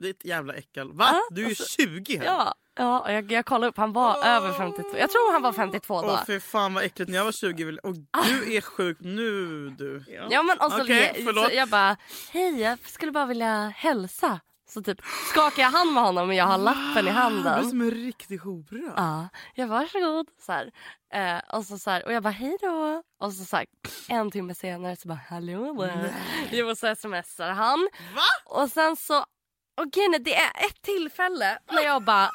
Speaker 4: Ditt jävla äckel. Va?
Speaker 3: Ja,
Speaker 4: du är ju
Speaker 3: alltså-
Speaker 4: 20 här.
Speaker 3: Ja. ja och jag, jag kollade upp, han var över 52. Jag tror han var 52 då. Ah.
Speaker 4: Åh fy fan vad äckligt. När jag var 20 ville... Och du är sjuk nu du.
Speaker 3: Ja men och så,
Speaker 4: Okej,
Speaker 3: le-
Speaker 4: förlåt.
Speaker 3: så jag bara, hej jag skulle bara vilja hälsa. Så typ skakar jag hand med honom och jag har lappen i
Speaker 4: Du är
Speaker 3: handen.
Speaker 4: som en riktig hora.
Speaker 3: Ja, jag bara, varsågod. Så här. Eh, och, så, så här, och jag bara hej då. Och så, så här, en timme senare så bara hallå där. Jo så smsar han. Va? Och sen så, och grejen är, det är ett tillfälle när jag bara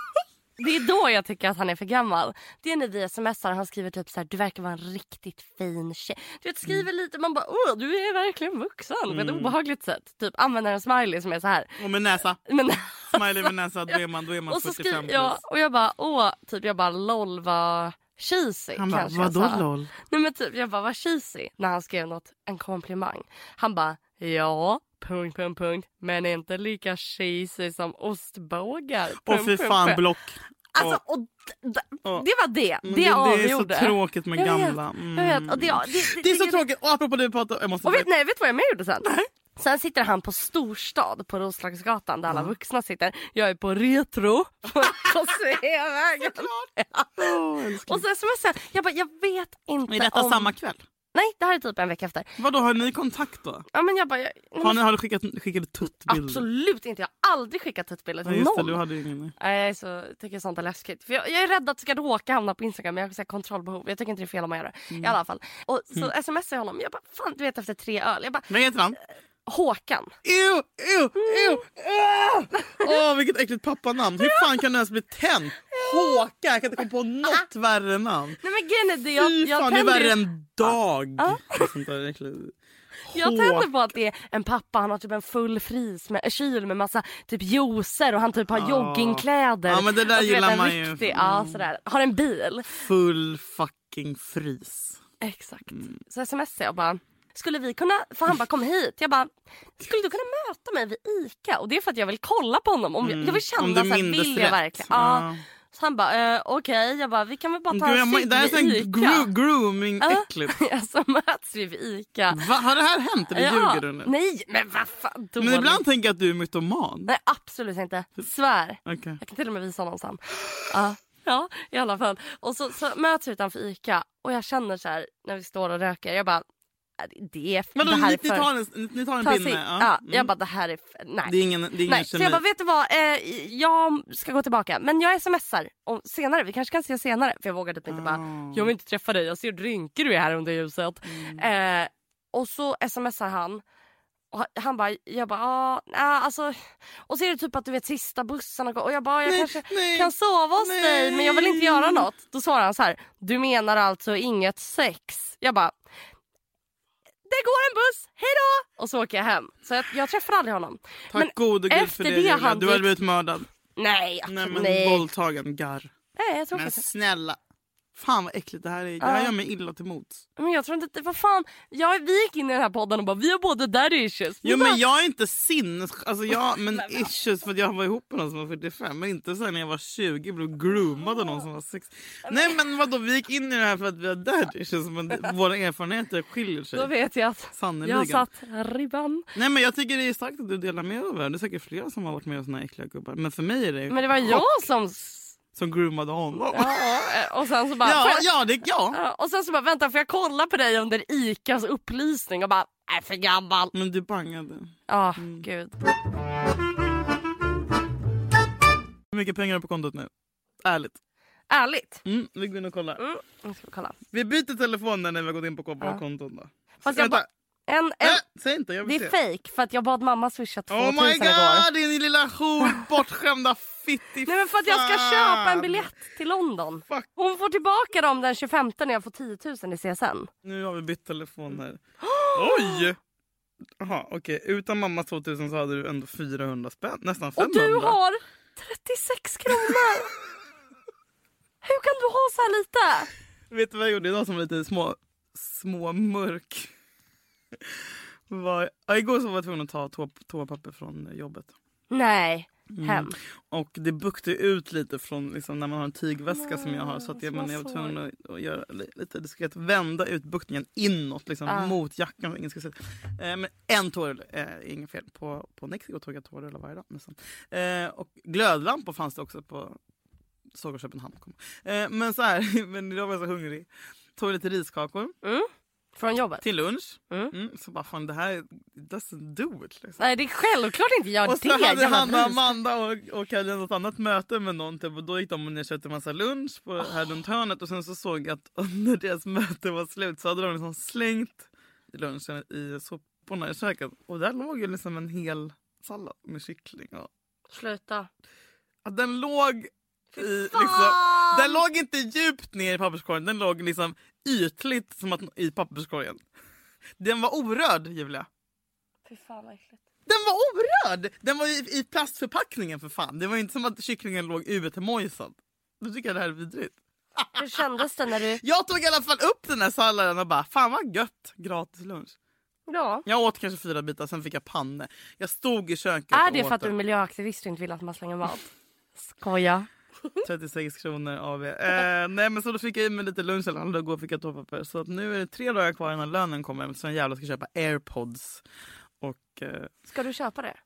Speaker 3: det är då jag tycker att han är för gammal. Det är när vi smsar och han skriver typ så här, du verkar vara en riktigt fin tjej. Du vet skriver lite man bara åh du är verkligen vuxen på ett obehagligt sätt. Typ använder en smiley som är så här.
Speaker 4: Och
Speaker 3: <laughs>
Speaker 4: med näsa.
Speaker 3: Men
Speaker 4: Smiley med näsa. Då är man, då är man
Speaker 3: och så
Speaker 4: 45
Speaker 3: skri-
Speaker 4: plus.
Speaker 3: ja, och jag bara åh, typ jag bara lol vad cheesy
Speaker 4: Han bara,
Speaker 3: kanske jag
Speaker 4: vadå
Speaker 3: sa.
Speaker 4: lol?
Speaker 3: Nej men typ jag bara vad cheesy när han skrev något, en komplimang. Han bara ja, punkt punkt punkt men inte lika cheesy som ostbågar.
Speaker 4: Åh
Speaker 3: punkt,
Speaker 4: fy
Speaker 3: punkt,
Speaker 4: fan
Speaker 3: punkt.
Speaker 4: block.
Speaker 3: Alltså
Speaker 4: Åh.
Speaker 3: och d- d-
Speaker 4: Ja.
Speaker 3: det var det,
Speaker 4: Men
Speaker 3: det,
Speaker 4: det, är så
Speaker 3: avgjorde.
Speaker 4: tråkigt med
Speaker 3: Jag vet,
Speaker 4: gamla. Mm.
Speaker 3: Jag vet, och det, det, det,
Speaker 4: Det är så tråkigt. Och apropå det vi pratade jag måste
Speaker 3: Och vet,
Speaker 4: säga-
Speaker 3: nej, vet du vad jag mer gjorde sen? Sen sitter han på Storstad på Roslagsgatan där alla vuxna sitter. Jag är på
Speaker 4: <laughs>
Speaker 3: Retro på Sveavägen. Och så smsar jag bara, jag vet inte
Speaker 4: Är detta
Speaker 3: om...
Speaker 4: samma kväll?
Speaker 3: Nej, det här är typ en vecka efter.
Speaker 4: Vadå, har ni kontakt då?
Speaker 3: Ja, men jag bara, jag... Nej,
Speaker 4: Har,
Speaker 3: men
Speaker 4: ni, har du skickat, skickat tuttbilder?
Speaker 3: Absolut inte, jag har aldrig skickat tuttbilder
Speaker 4: Ja,
Speaker 3: till
Speaker 4: just det,
Speaker 3: någon.
Speaker 4: du hade ju ingen.
Speaker 3: Nej, jag är så, tycker sånt är läskigt. För jag, jag är rädd att jag ska råka hamna på Instagram. Jag har så här kontrollbehov. Jag tycker inte det är fel om man gör det.
Speaker 4: Mm.
Speaker 3: I alla fall. Och så smsar jag honom. Jag bara, fan du vet efter tre öl. Jag bara,
Speaker 4: Vad heter han?
Speaker 3: Håkan.
Speaker 4: Ew, ew,
Speaker 3: Mm.
Speaker 4: ew. Ah! Åh, vilket äckligt pappanamn. Hur fan kan du ens bli tänd? Håkan, jag kan inte komma på något värre namn.
Speaker 3: Nej men grejen är det, jag,
Speaker 4: Fy
Speaker 3: jag,
Speaker 4: fan, det är
Speaker 3: tänder,
Speaker 4: värre än dag. Sånt där äckligt.
Speaker 3: jag tänder på att det är en pappa. Han har typ en full fris med, kyl med massa typ juicer och han typ har joggingkläder.
Speaker 4: Ah. Ja, men det där
Speaker 3: Och du vet,
Speaker 4: gillar
Speaker 3: en
Speaker 4: man ju. Mm.
Speaker 3: riktig- Ja, sådär. Har en bil.
Speaker 4: Full fucking fris.
Speaker 3: Exakt.
Speaker 4: Mm.
Speaker 3: Så smsar jag bara. Skulle vi kunna, för han bara kom hit. Jag bara, skulle du kunna möta mig vid ICA? Och det är för att jag vill kolla på honom. Om jag, jag vill känna
Speaker 4: Mm.
Speaker 3: så
Speaker 4: Om du
Speaker 3: här,
Speaker 4: mindes
Speaker 3: vill jag
Speaker 4: rätt.
Speaker 3: verkligen? Ja. Så han bara, eh, okej. Jag bara, vi kan väl bara ta en
Speaker 4: Gud, jag-
Speaker 3: cigg
Speaker 4: Det här är
Speaker 3: vid
Speaker 4: sån
Speaker 3: ICA?
Speaker 4: gro- grooming-äckligt.
Speaker 3: <laughs> Ja, så möts vi vid ICA.
Speaker 4: Va, har det här hänt eller ljuger du nu?
Speaker 3: Nej, men vad fan.
Speaker 4: Men
Speaker 3: dåligt.
Speaker 4: ibland tänker jag att du är mytoman.
Speaker 3: Nej, absolut inte. Svär.
Speaker 4: Okej.
Speaker 3: Jag kan till och med visa honom sen. Ja, ja i alla fall. Och så, så möts vi utanför ICA och jag känner så här när vi står och röker. Jag bara, "Nej, det är
Speaker 4: Vadå,
Speaker 3: det här
Speaker 4: ni, ni,
Speaker 3: är för...
Speaker 4: tar en, ni, ni tar en
Speaker 3: Ta
Speaker 4: pinne?
Speaker 3: sig-
Speaker 4: Ja. Mm.
Speaker 3: Jag bara, det här är... f- Nej.
Speaker 4: Det är ingen, det är ingen
Speaker 3: Nej. Så
Speaker 4: kemi.
Speaker 3: jag bara, vet du vad? Eh, jag ska gå tillbaka. Men jag smsar om senare. Vi kanske kan ses senare. För jag vågar typ inte
Speaker 4: Ah.
Speaker 3: bara, jag vill inte träffa dig. Jag ser drinkar du är här under ljuset.
Speaker 4: Mm.
Speaker 3: Eh, och så smsar han. Och han- han bara, jag bara, ah, nej, alltså. Och så är det typ att du vet sista bussen har gått. Och jag bara, jag
Speaker 4: Nej,
Speaker 3: kanske
Speaker 4: nej,
Speaker 3: kan sova hos
Speaker 4: nej.
Speaker 3: dig men jag vill inte göra något. Då svarar han så här, du menar alltså inget sex? Jag bara, det går en buss, hejdå! Och så åker jag hem. Så jag, jag träffar aldrig honom.
Speaker 4: Tack
Speaker 3: men
Speaker 4: gode gud för
Speaker 3: efter
Speaker 4: det,
Speaker 3: det
Speaker 4: Julia.
Speaker 3: hade-
Speaker 4: Du hade blivit mördad.
Speaker 3: Nej,
Speaker 4: Nej
Speaker 3: absolut-
Speaker 4: men
Speaker 3: nej.
Speaker 4: våldtagen, garr.
Speaker 3: nej jag tror
Speaker 4: Men
Speaker 3: faktiskt
Speaker 4: snälla. Fan vad äckligt det här är. Det här gör mig illa till mods.
Speaker 3: Men jag tror inte att det, vad fan. Jag, vi gick in i den här podden och bara, vi har båda daddy issues. Vi
Speaker 4: Jo
Speaker 3: bara,
Speaker 4: men jag är inte sinnes... Alltså jag, men issues för att jag var ihop med någon som var 45 men inte sen när jag var 20 blev groomad av någon som var 60. Nej men vadå vi gick in i det här för att vi har dad issues men våra erfarenheter skiljer sig.
Speaker 3: Då vet jag att
Speaker 4: Sannerligen.
Speaker 3: jag satt ribban.
Speaker 4: Nej men jag tycker det är starkt att du delar med dig av det här. Det är säkert flera som har varit med om såna här äckliga gubbar. Men för mig är det
Speaker 3: Men det var jag som... s-
Speaker 4: som groomade honom. Ja,
Speaker 3: Ja, eh, och sen så bara...
Speaker 4: <laughs> ja, ja, det, ja.
Speaker 3: Ja, Och sen så bara, vänta får jag kolla på dig under ICAs upplysning? Och bara, är för gammal.
Speaker 4: Men du bangade.
Speaker 3: Ja,
Speaker 4: Mm.
Speaker 3: gud.
Speaker 4: Hur mycket pengar har du på kontot nu? Ärligt.
Speaker 3: Ärligt.
Speaker 4: Mm, vi går in och kollar.
Speaker 3: Mm. Nu ska vi kolla.
Speaker 4: Vi byter telefon när vi har gått in på våra konton då.
Speaker 3: Fast jag
Speaker 4: Vänta.
Speaker 3: ba- En, en,
Speaker 4: Nej, säg inte, jag
Speaker 3: det
Speaker 4: vill
Speaker 3: är
Speaker 4: Äh, se.
Speaker 3: fake för att jag bad mamma swisha 2000
Speaker 4: Oh my
Speaker 3: igår.
Speaker 4: god, din lilla jour, bortskämda fitti
Speaker 3: Nej men för att jag ska
Speaker 4: fan.
Speaker 3: köpa en biljett till London.
Speaker 4: Fuck.
Speaker 3: Hon får tillbaka dem den 25 när jag får 10 000 i CSN. Mm. <gasps>
Speaker 4: Nu har vi bytt telefon här. Oj! Jaha, okej. Utan mamma 2000 så hade du ändå 400 spänn. Nästan 500.
Speaker 3: Och du har 36
Speaker 4: <laughs>
Speaker 3: kronor! Hur kan du ha så här lite?
Speaker 4: Vet du vad jag gjorde idag som var lite små, små mörk? <laughs> Var, ja, igår så var jag tvungen att ta toa- toapapper från jobbet.
Speaker 3: Nej,
Speaker 4: Mm.
Speaker 3: hem.
Speaker 4: Och det bukte ut lite från liksom, när man har en tygväska som jag har. Så att jag, men, jag var tvungen att, att göra li- lite diskret. Vända ut buktningen inåt liksom, mot jackan. så Ingen ska se. Eh, men en tårulle, eh, inget fel. På, på Nexiko tog jag tårullar varje dag nästan. Eh, och glödlampor fanns det också på Såg och Köpenhamn. Kom. Eh, men så här, <laughs> men idag var jag så hungrig. Tog lite riskakor
Speaker 3: Från jobbet?
Speaker 4: till lunch. Mm, så bara fan det här it doesn't do it. Liksom.
Speaker 3: Nej, det är självklart inte jag
Speaker 4: Och
Speaker 3: det.
Speaker 4: så hade
Speaker 3: jävla
Speaker 4: Hanna,
Speaker 3: pris.
Speaker 4: Amanda och, och Kalle något annat möte med någon typ, och då gick de ner och köpte en massa lunch på, här runt hörnet och sen så såg jag att <laughs> när deras möte var slut så hade de liksom slängt lunchen i soporna i köket och där låg ju liksom en hel sallad med kyckling. Och,
Speaker 3: Sluta.
Speaker 4: att den låg i, liksom, den låg inte djupt ner i papperskorgen, den låg liksom ytligt som att, i papperskorgen. Den var orörd Julia.
Speaker 3: Fy fan vad äckligt.
Speaker 4: Den var orörd! Den var i, i plastförpackningen för fan. Det var inte som att kycklingen låg utemojsad. Nu tycker jag det här är vidrigt.
Speaker 3: Hur kändes det när du...
Speaker 4: Jag tog i alla fall upp den här salladen och bara fan vad gött, gratis lunch.
Speaker 3: Ja.
Speaker 4: Jag åt kanske fyra bitar, sen fick jag panne. Jag stod i köket
Speaker 3: Är
Speaker 4: och
Speaker 3: det
Speaker 4: åt
Speaker 3: för att du är
Speaker 4: den.
Speaker 3: miljöaktivist och inte vill att man slänger mat? Skoja. Mm.
Speaker 4: 36 kronor av eh, Nej men så då fick jag i mig lite lunch eller och går fick jag toapapper. Så att nu är det tre dagar kvar innan lönen kommer så en jävla ska köpa airpods. Och eh,
Speaker 3: Ska du köpa det?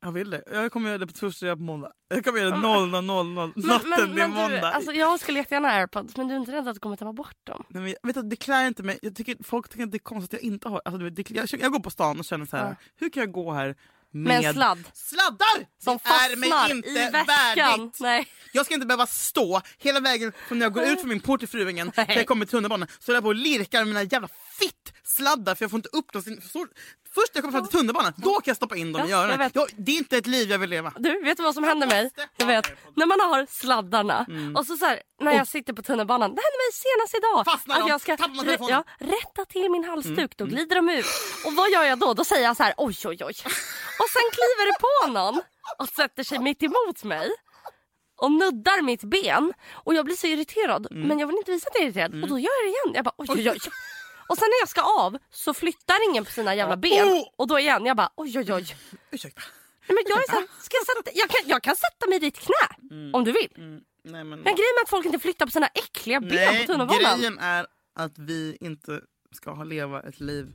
Speaker 4: jag vill det. Jag kommer göra det på torsdag på måndag. Jag kommer göra det 00.00 natten till
Speaker 3: du,
Speaker 4: måndag.
Speaker 3: alltså, jag skulle jättegärna ha airpods men du är inte rädd att du kommer tappa bort dem?
Speaker 4: Nej, men jag, vet du, det klär inte mig. Jag tycker, folk tycker att det är konstigt att jag inte har... Alltså, du vet, det, jag, jag går på stan och känner så här, hur kan jag gå här med,
Speaker 3: Med en sladd.
Speaker 4: sladdar?
Speaker 3: Som
Speaker 4: det är mig
Speaker 3: fastnar
Speaker 4: inte
Speaker 3: i väskan.
Speaker 4: värdigt.
Speaker 3: Nej.
Speaker 4: Jag ska inte behöva stå hela vägen från när jag går ut från min port i Fruängen till
Speaker 3: Nej.
Speaker 4: jag kommer till tunnelbanan. Så jag på och lirkar med mina jävla fittsladdar för jag får inte upp dem. Så- så- Först när jag kommer fram till tunnelbanan, då kan jag stoppa in dem i
Speaker 3: Ja, jag
Speaker 4: öronen.
Speaker 3: vet.
Speaker 4: Jag, det är inte ett liv jag vill leva.
Speaker 3: Du, vet du vad som hände mig? Du vet, när man har sladdarna
Speaker 4: Mm.
Speaker 3: och så, så här, när jag sitter på tunnelbanan. Det hände mig senast idag.
Speaker 4: Fastnar
Speaker 3: att
Speaker 4: de,
Speaker 3: jag ska
Speaker 4: tappar man
Speaker 3: rä-
Speaker 4: telefonen. Mm,
Speaker 3: ja, rätta till min halsduk, då glider de ut. Och vad gör jag då? Då säger jag så här oj oj oj. Och sen kliver det på någon och sätter sig mitt emot mig. Och nuddar mitt ben. Och jag blir så irriterad.
Speaker 4: Mm.
Speaker 3: Men jag vill inte visa att jag är irriterad. Och då gör jag det igen. Jag bara oj oj oj. Och sen när jag ska av så flyttar ingen på sina jävla ben.
Speaker 4: Oh.
Speaker 3: Och då igen, jag bara oj oj oj.
Speaker 4: Ursäkta.
Speaker 3: Nej, Men jag, är så här, ska jag, sätta, jag, kan, jag kan sätta mig i ditt knä
Speaker 4: Mm.
Speaker 3: om du vill.
Speaker 4: Nej, men...
Speaker 3: Men grejen med att folk inte flyttar på sina äckliga ben
Speaker 4: Nej,
Speaker 3: på tunnelbanan.
Speaker 4: grejen är att vi inte ska ha leva ett liv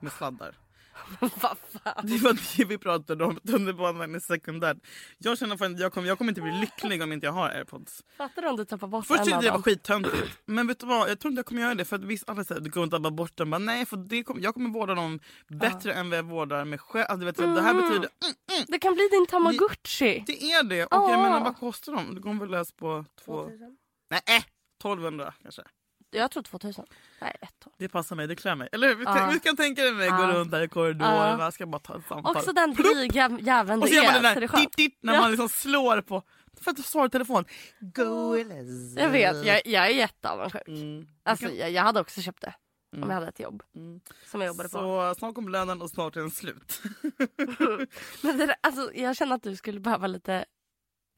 Speaker 4: med sladdar.
Speaker 3: <laughs> Vad fan.
Speaker 4: Det var det vi pratade om, tunnelbanan är sekundärt. Jag känner fan, jag kommer jag kommer inte bli lycklig om inte jag har airpods.
Speaker 3: Fattar du om du tappar bort
Speaker 4: Först
Speaker 3: en
Speaker 4: tyckte jag
Speaker 3: av
Speaker 4: det var
Speaker 3: dem?
Speaker 4: skittöntigt, men vet du vad? Jag tror inte jag kommer göra det. För att visst, alla säger att det går inte att bara bort dem. Bara, nej, för det kommer, jag kommer vårda dem bättre än vad jag vårdar mig själv. Alltså, du vet, så här, Det här betyder... Mm,
Speaker 3: Det kan bli din tamagotchi.
Speaker 4: det är det. Och jag
Speaker 3: Ja.
Speaker 4: menar, vad kostar de? Det kommer väl lös på två... Nej, äh, 1200 kanske.
Speaker 3: Jag tror 2000. Nej, ett år.
Speaker 4: Det passar mig, det klär mig. Eller hur? Vi, kan- vi kan tänka dig när jag går runt där i korridorerna, jag ska bara ta ett samtal.
Speaker 3: Också den
Speaker 4: Plupp!
Speaker 3: dryga jäveln
Speaker 4: Och så
Speaker 3: du
Speaker 4: gör
Speaker 3: är.
Speaker 4: man den
Speaker 3: så det är
Speaker 4: där
Speaker 3: skönt.
Speaker 4: dit, dit, när
Speaker 3: Ja.
Speaker 4: man liksom slår på... För att du svarar i telefon. Go Mm. Eliz.
Speaker 3: Jag vet, jag,
Speaker 4: Mm.
Speaker 3: jag är jätteavundsjuk. Alltså, jag, jag hade också köpt det. Om jag hade ett jobb. Som jag jobbade på.
Speaker 4: Mm. Så snart kommer lönen och snart är den slut. <laughs>
Speaker 3: Men det, där- alltså, jag känner att du skulle behöva lite...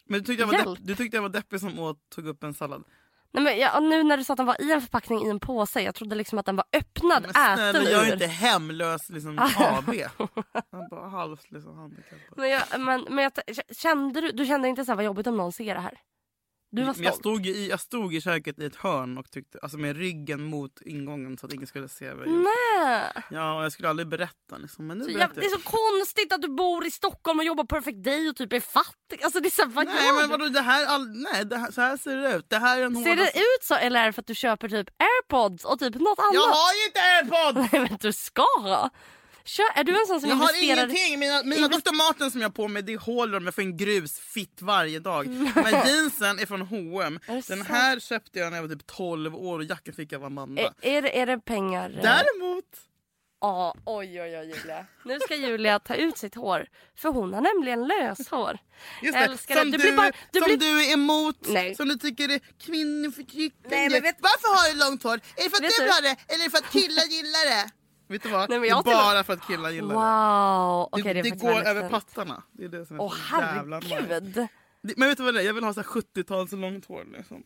Speaker 4: Men du tyckte jag var,
Speaker 3: Hjälp.
Speaker 4: depp, du tyckte jag var deppig som åt, tog upp en sallad.
Speaker 3: Nej, men jag, nu när du sa att den var i en förpackning i en påse. Jag trodde liksom att den var öppnad,
Speaker 4: Men
Speaker 3: äten
Speaker 4: snälla, jag är
Speaker 3: ur. Ah.
Speaker 4: inte hemlös liksom AB.
Speaker 3: <laughs>
Speaker 4: Han bara halvt liksom handikappad.
Speaker 3: Men, jag, men, men jag, t- kände du, du kände inte så här, vad jobbigt om någon ser det här? Du var
Speaker 4: Men jag
Speaker 3: stolt.
Speaker 4: stod, ju i, jag stod i köket i ett hörn och tyckte, alltså med ryggen mot ingången så att ingen skulle se vad jag gjorde.
Speaker 3: Nej.
Speaker 4: Ja, och jag skulle aldrig berätta. Liksom, men nu
Speaker 3: Så jag,
Speaker 4: berättar
Speaker 3: det är
Speaker 4: jag.
Speaker 3: så konstigt att du bor i Stockholm och jobbar på Perfect Day och typ är fattig. Alltså det är så här, vad
Speaker 4: Nej,
Speaker 3: gör
Speaker 4: men
Speaker 3: du?
Speaker 4: vadå, det här, all, nej det här, så här ser det ut. Det här är en
Speaker 3: Ser det
Speaker 4: hårdaste-
Speaker 3: ut så eller är det för att du köper typ airpods och typ något annat?
Speaker 4: Jag
Speaker 3: <laughs>
Speaker 4: har ju inte airpod!
Speaker 3: Nej men du ska ha! Kö, är du en sån som
Speaker 4: Jag har
Speaker 3: investerar...
Speaker 4: ingenting! Mina, mina Dr. Martens som jag har på mig det är hål i dem. jag får in grus fitt
Speaker 3: <laughs>
Speaker 4: varje dag. Men jeansen är från H&M.
Speaker 3: Är det
Speaker 4: Den
Speaker 3: sant?
Speaker 4: här köpte jag när jag var typ 12 år och jackan fick jag av Amanda.
Speaker 3: Är, är, det, är det pengar?
Speaker 4: Däremot...
Speaker 3: Ja, oj oj oj Julia. Nu ska Julia ta ut sitt hår. För hon har nämligen löshår.
Speaker 4: Just
Speaker 3: Jag
Speaker 4: det,
Speaker 3: älskar
Speaker 4: som
Speaker 3: det.
Speaker 4: du,
Speaker 3: Du blir bara- du
Speaker 4: som
Speaker 3: blir-
Speaker 4: du är emot,
Speaker 3: Nej.
Speaker 4: som du tycker är kvinnoförtryckande.
Speaker 3: Nej, men vet-
Speaker 4: Varför har du långt hår? Är det för att
Speaker 3: Vet
Speaker 4: du
Speaker 3: du?
Speaker 4: har det eller är det för att killar gillar det? Vet du vad?
Speaker 3: Nej, men
Speaker 4: det
Speaker 3: jag
Speaker 4: är
Speaker 3: till och-
Speaker 4: bara för att killar gillar det.
Speaker 3: Wow. Okej,
Speaker 4: det,
Speaker 3: det, är
Speaker 4: det
Speaker 3: faktiskt
Speaker 4: går
Speaker 3: väldigt
Speaker 4: över
Speaker 3: fint.
Speaker 4: pattarna. Det är det som är
Speaker 3: Åh
Speaker 4: så jävla nice.
Speaker 3: herregud.
Speaker 4: Det- Men vet du vad det är? Jag vill ha så här 70-tals långt hår. Liksom.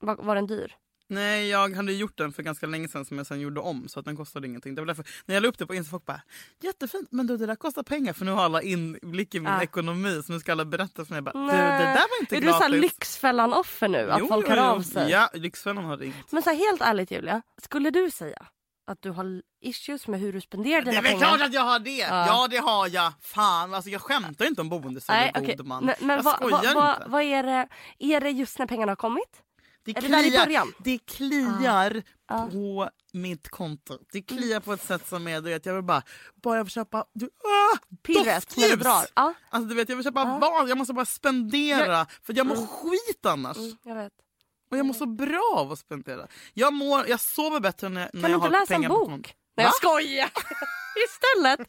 Speaker 3: Var, var den dyr?
Speaker 4: Nej, jag hade gjort den för ganska länge sedan som jag sen gjorde om så att den kostade ingenting. Det var därför, när jag la upp det på Insta folk bara “jättefint, men du det där kostar pengar” för nu har alla inblick i min
Speaker 3: Ah.
Speaker 4: ekonomi så nu ska alla berätta för mig bara “du det där var inte
Speaker 3: Är du
Speaker 4: gratis”.
Speaker 3: såhär Lyxfällan-offer nu? Att
Speaker 4: Jo,
Speaker 3: folk hör
Speaker 4: jo, jo.
Speaker 3: av sig?
Speaker 4: Ja, Lyxfällan har ringt.
Speaker 3: Men så här, helt ärligt Julia, skulle du säga att du har issues med hur du spenderar
Speaker 4: Det
Speaker 3: dina
Speaker 4: är väl
Speaker 3: pengar?
Speaker 4: klart att jag har det!
Speaker 3: Ah.
Speaker 4: Ja det har jag! Fan alltså jag skämtar ju inte om boende
Speaker 3: Nej,
Speaker 4: säger
Speaker 3: okej.
Speaker 4: god man.
Speaker 3: Nej, Men
Speaker 4: jag
Speaker 3: vad,
Speaker 4: skojar
Speaker 3: vad,
Speaker 4: inte.
Speaker 3: vad, vad är det? Är det just när pengarna har kommit?
Speaker 4: Det
Speaker 3: Är det där i början?
Speaker 4: det kliar på mitt konto. Det
Speaker 3: Mm.
Speaker 4: kliar på ett sätt som är, du vet, jag vill bara, bara jag vill köpa du, ah,
Speaker 3: Pirret när du
Speaker 4: doftljus.
Speaker 3: drar. Ja.
Speaker 4: Alltså, du vet, jag vill köpa vad, jag måste bara spendera för jag mår
Speaker 3: Mm.
Speaker 4: skit annars.
Speaker 3: Jag vet.
Speaker 4: Och jag mår så bra av att spendera. Jag, mår, jag sover bättre när, när
Speaker 3: Kan du
Speaker 4: jag
Speaker 3: inte
Speaker 4: har
Speaker 3: läsa en
Speaker 4: pengar på
Speaker 3: bok?
Speaker 4: kontot.
Speaker 3: Nej jag
Speaker 4: Va?
Speaker 3: skojar! <laughs> Istället,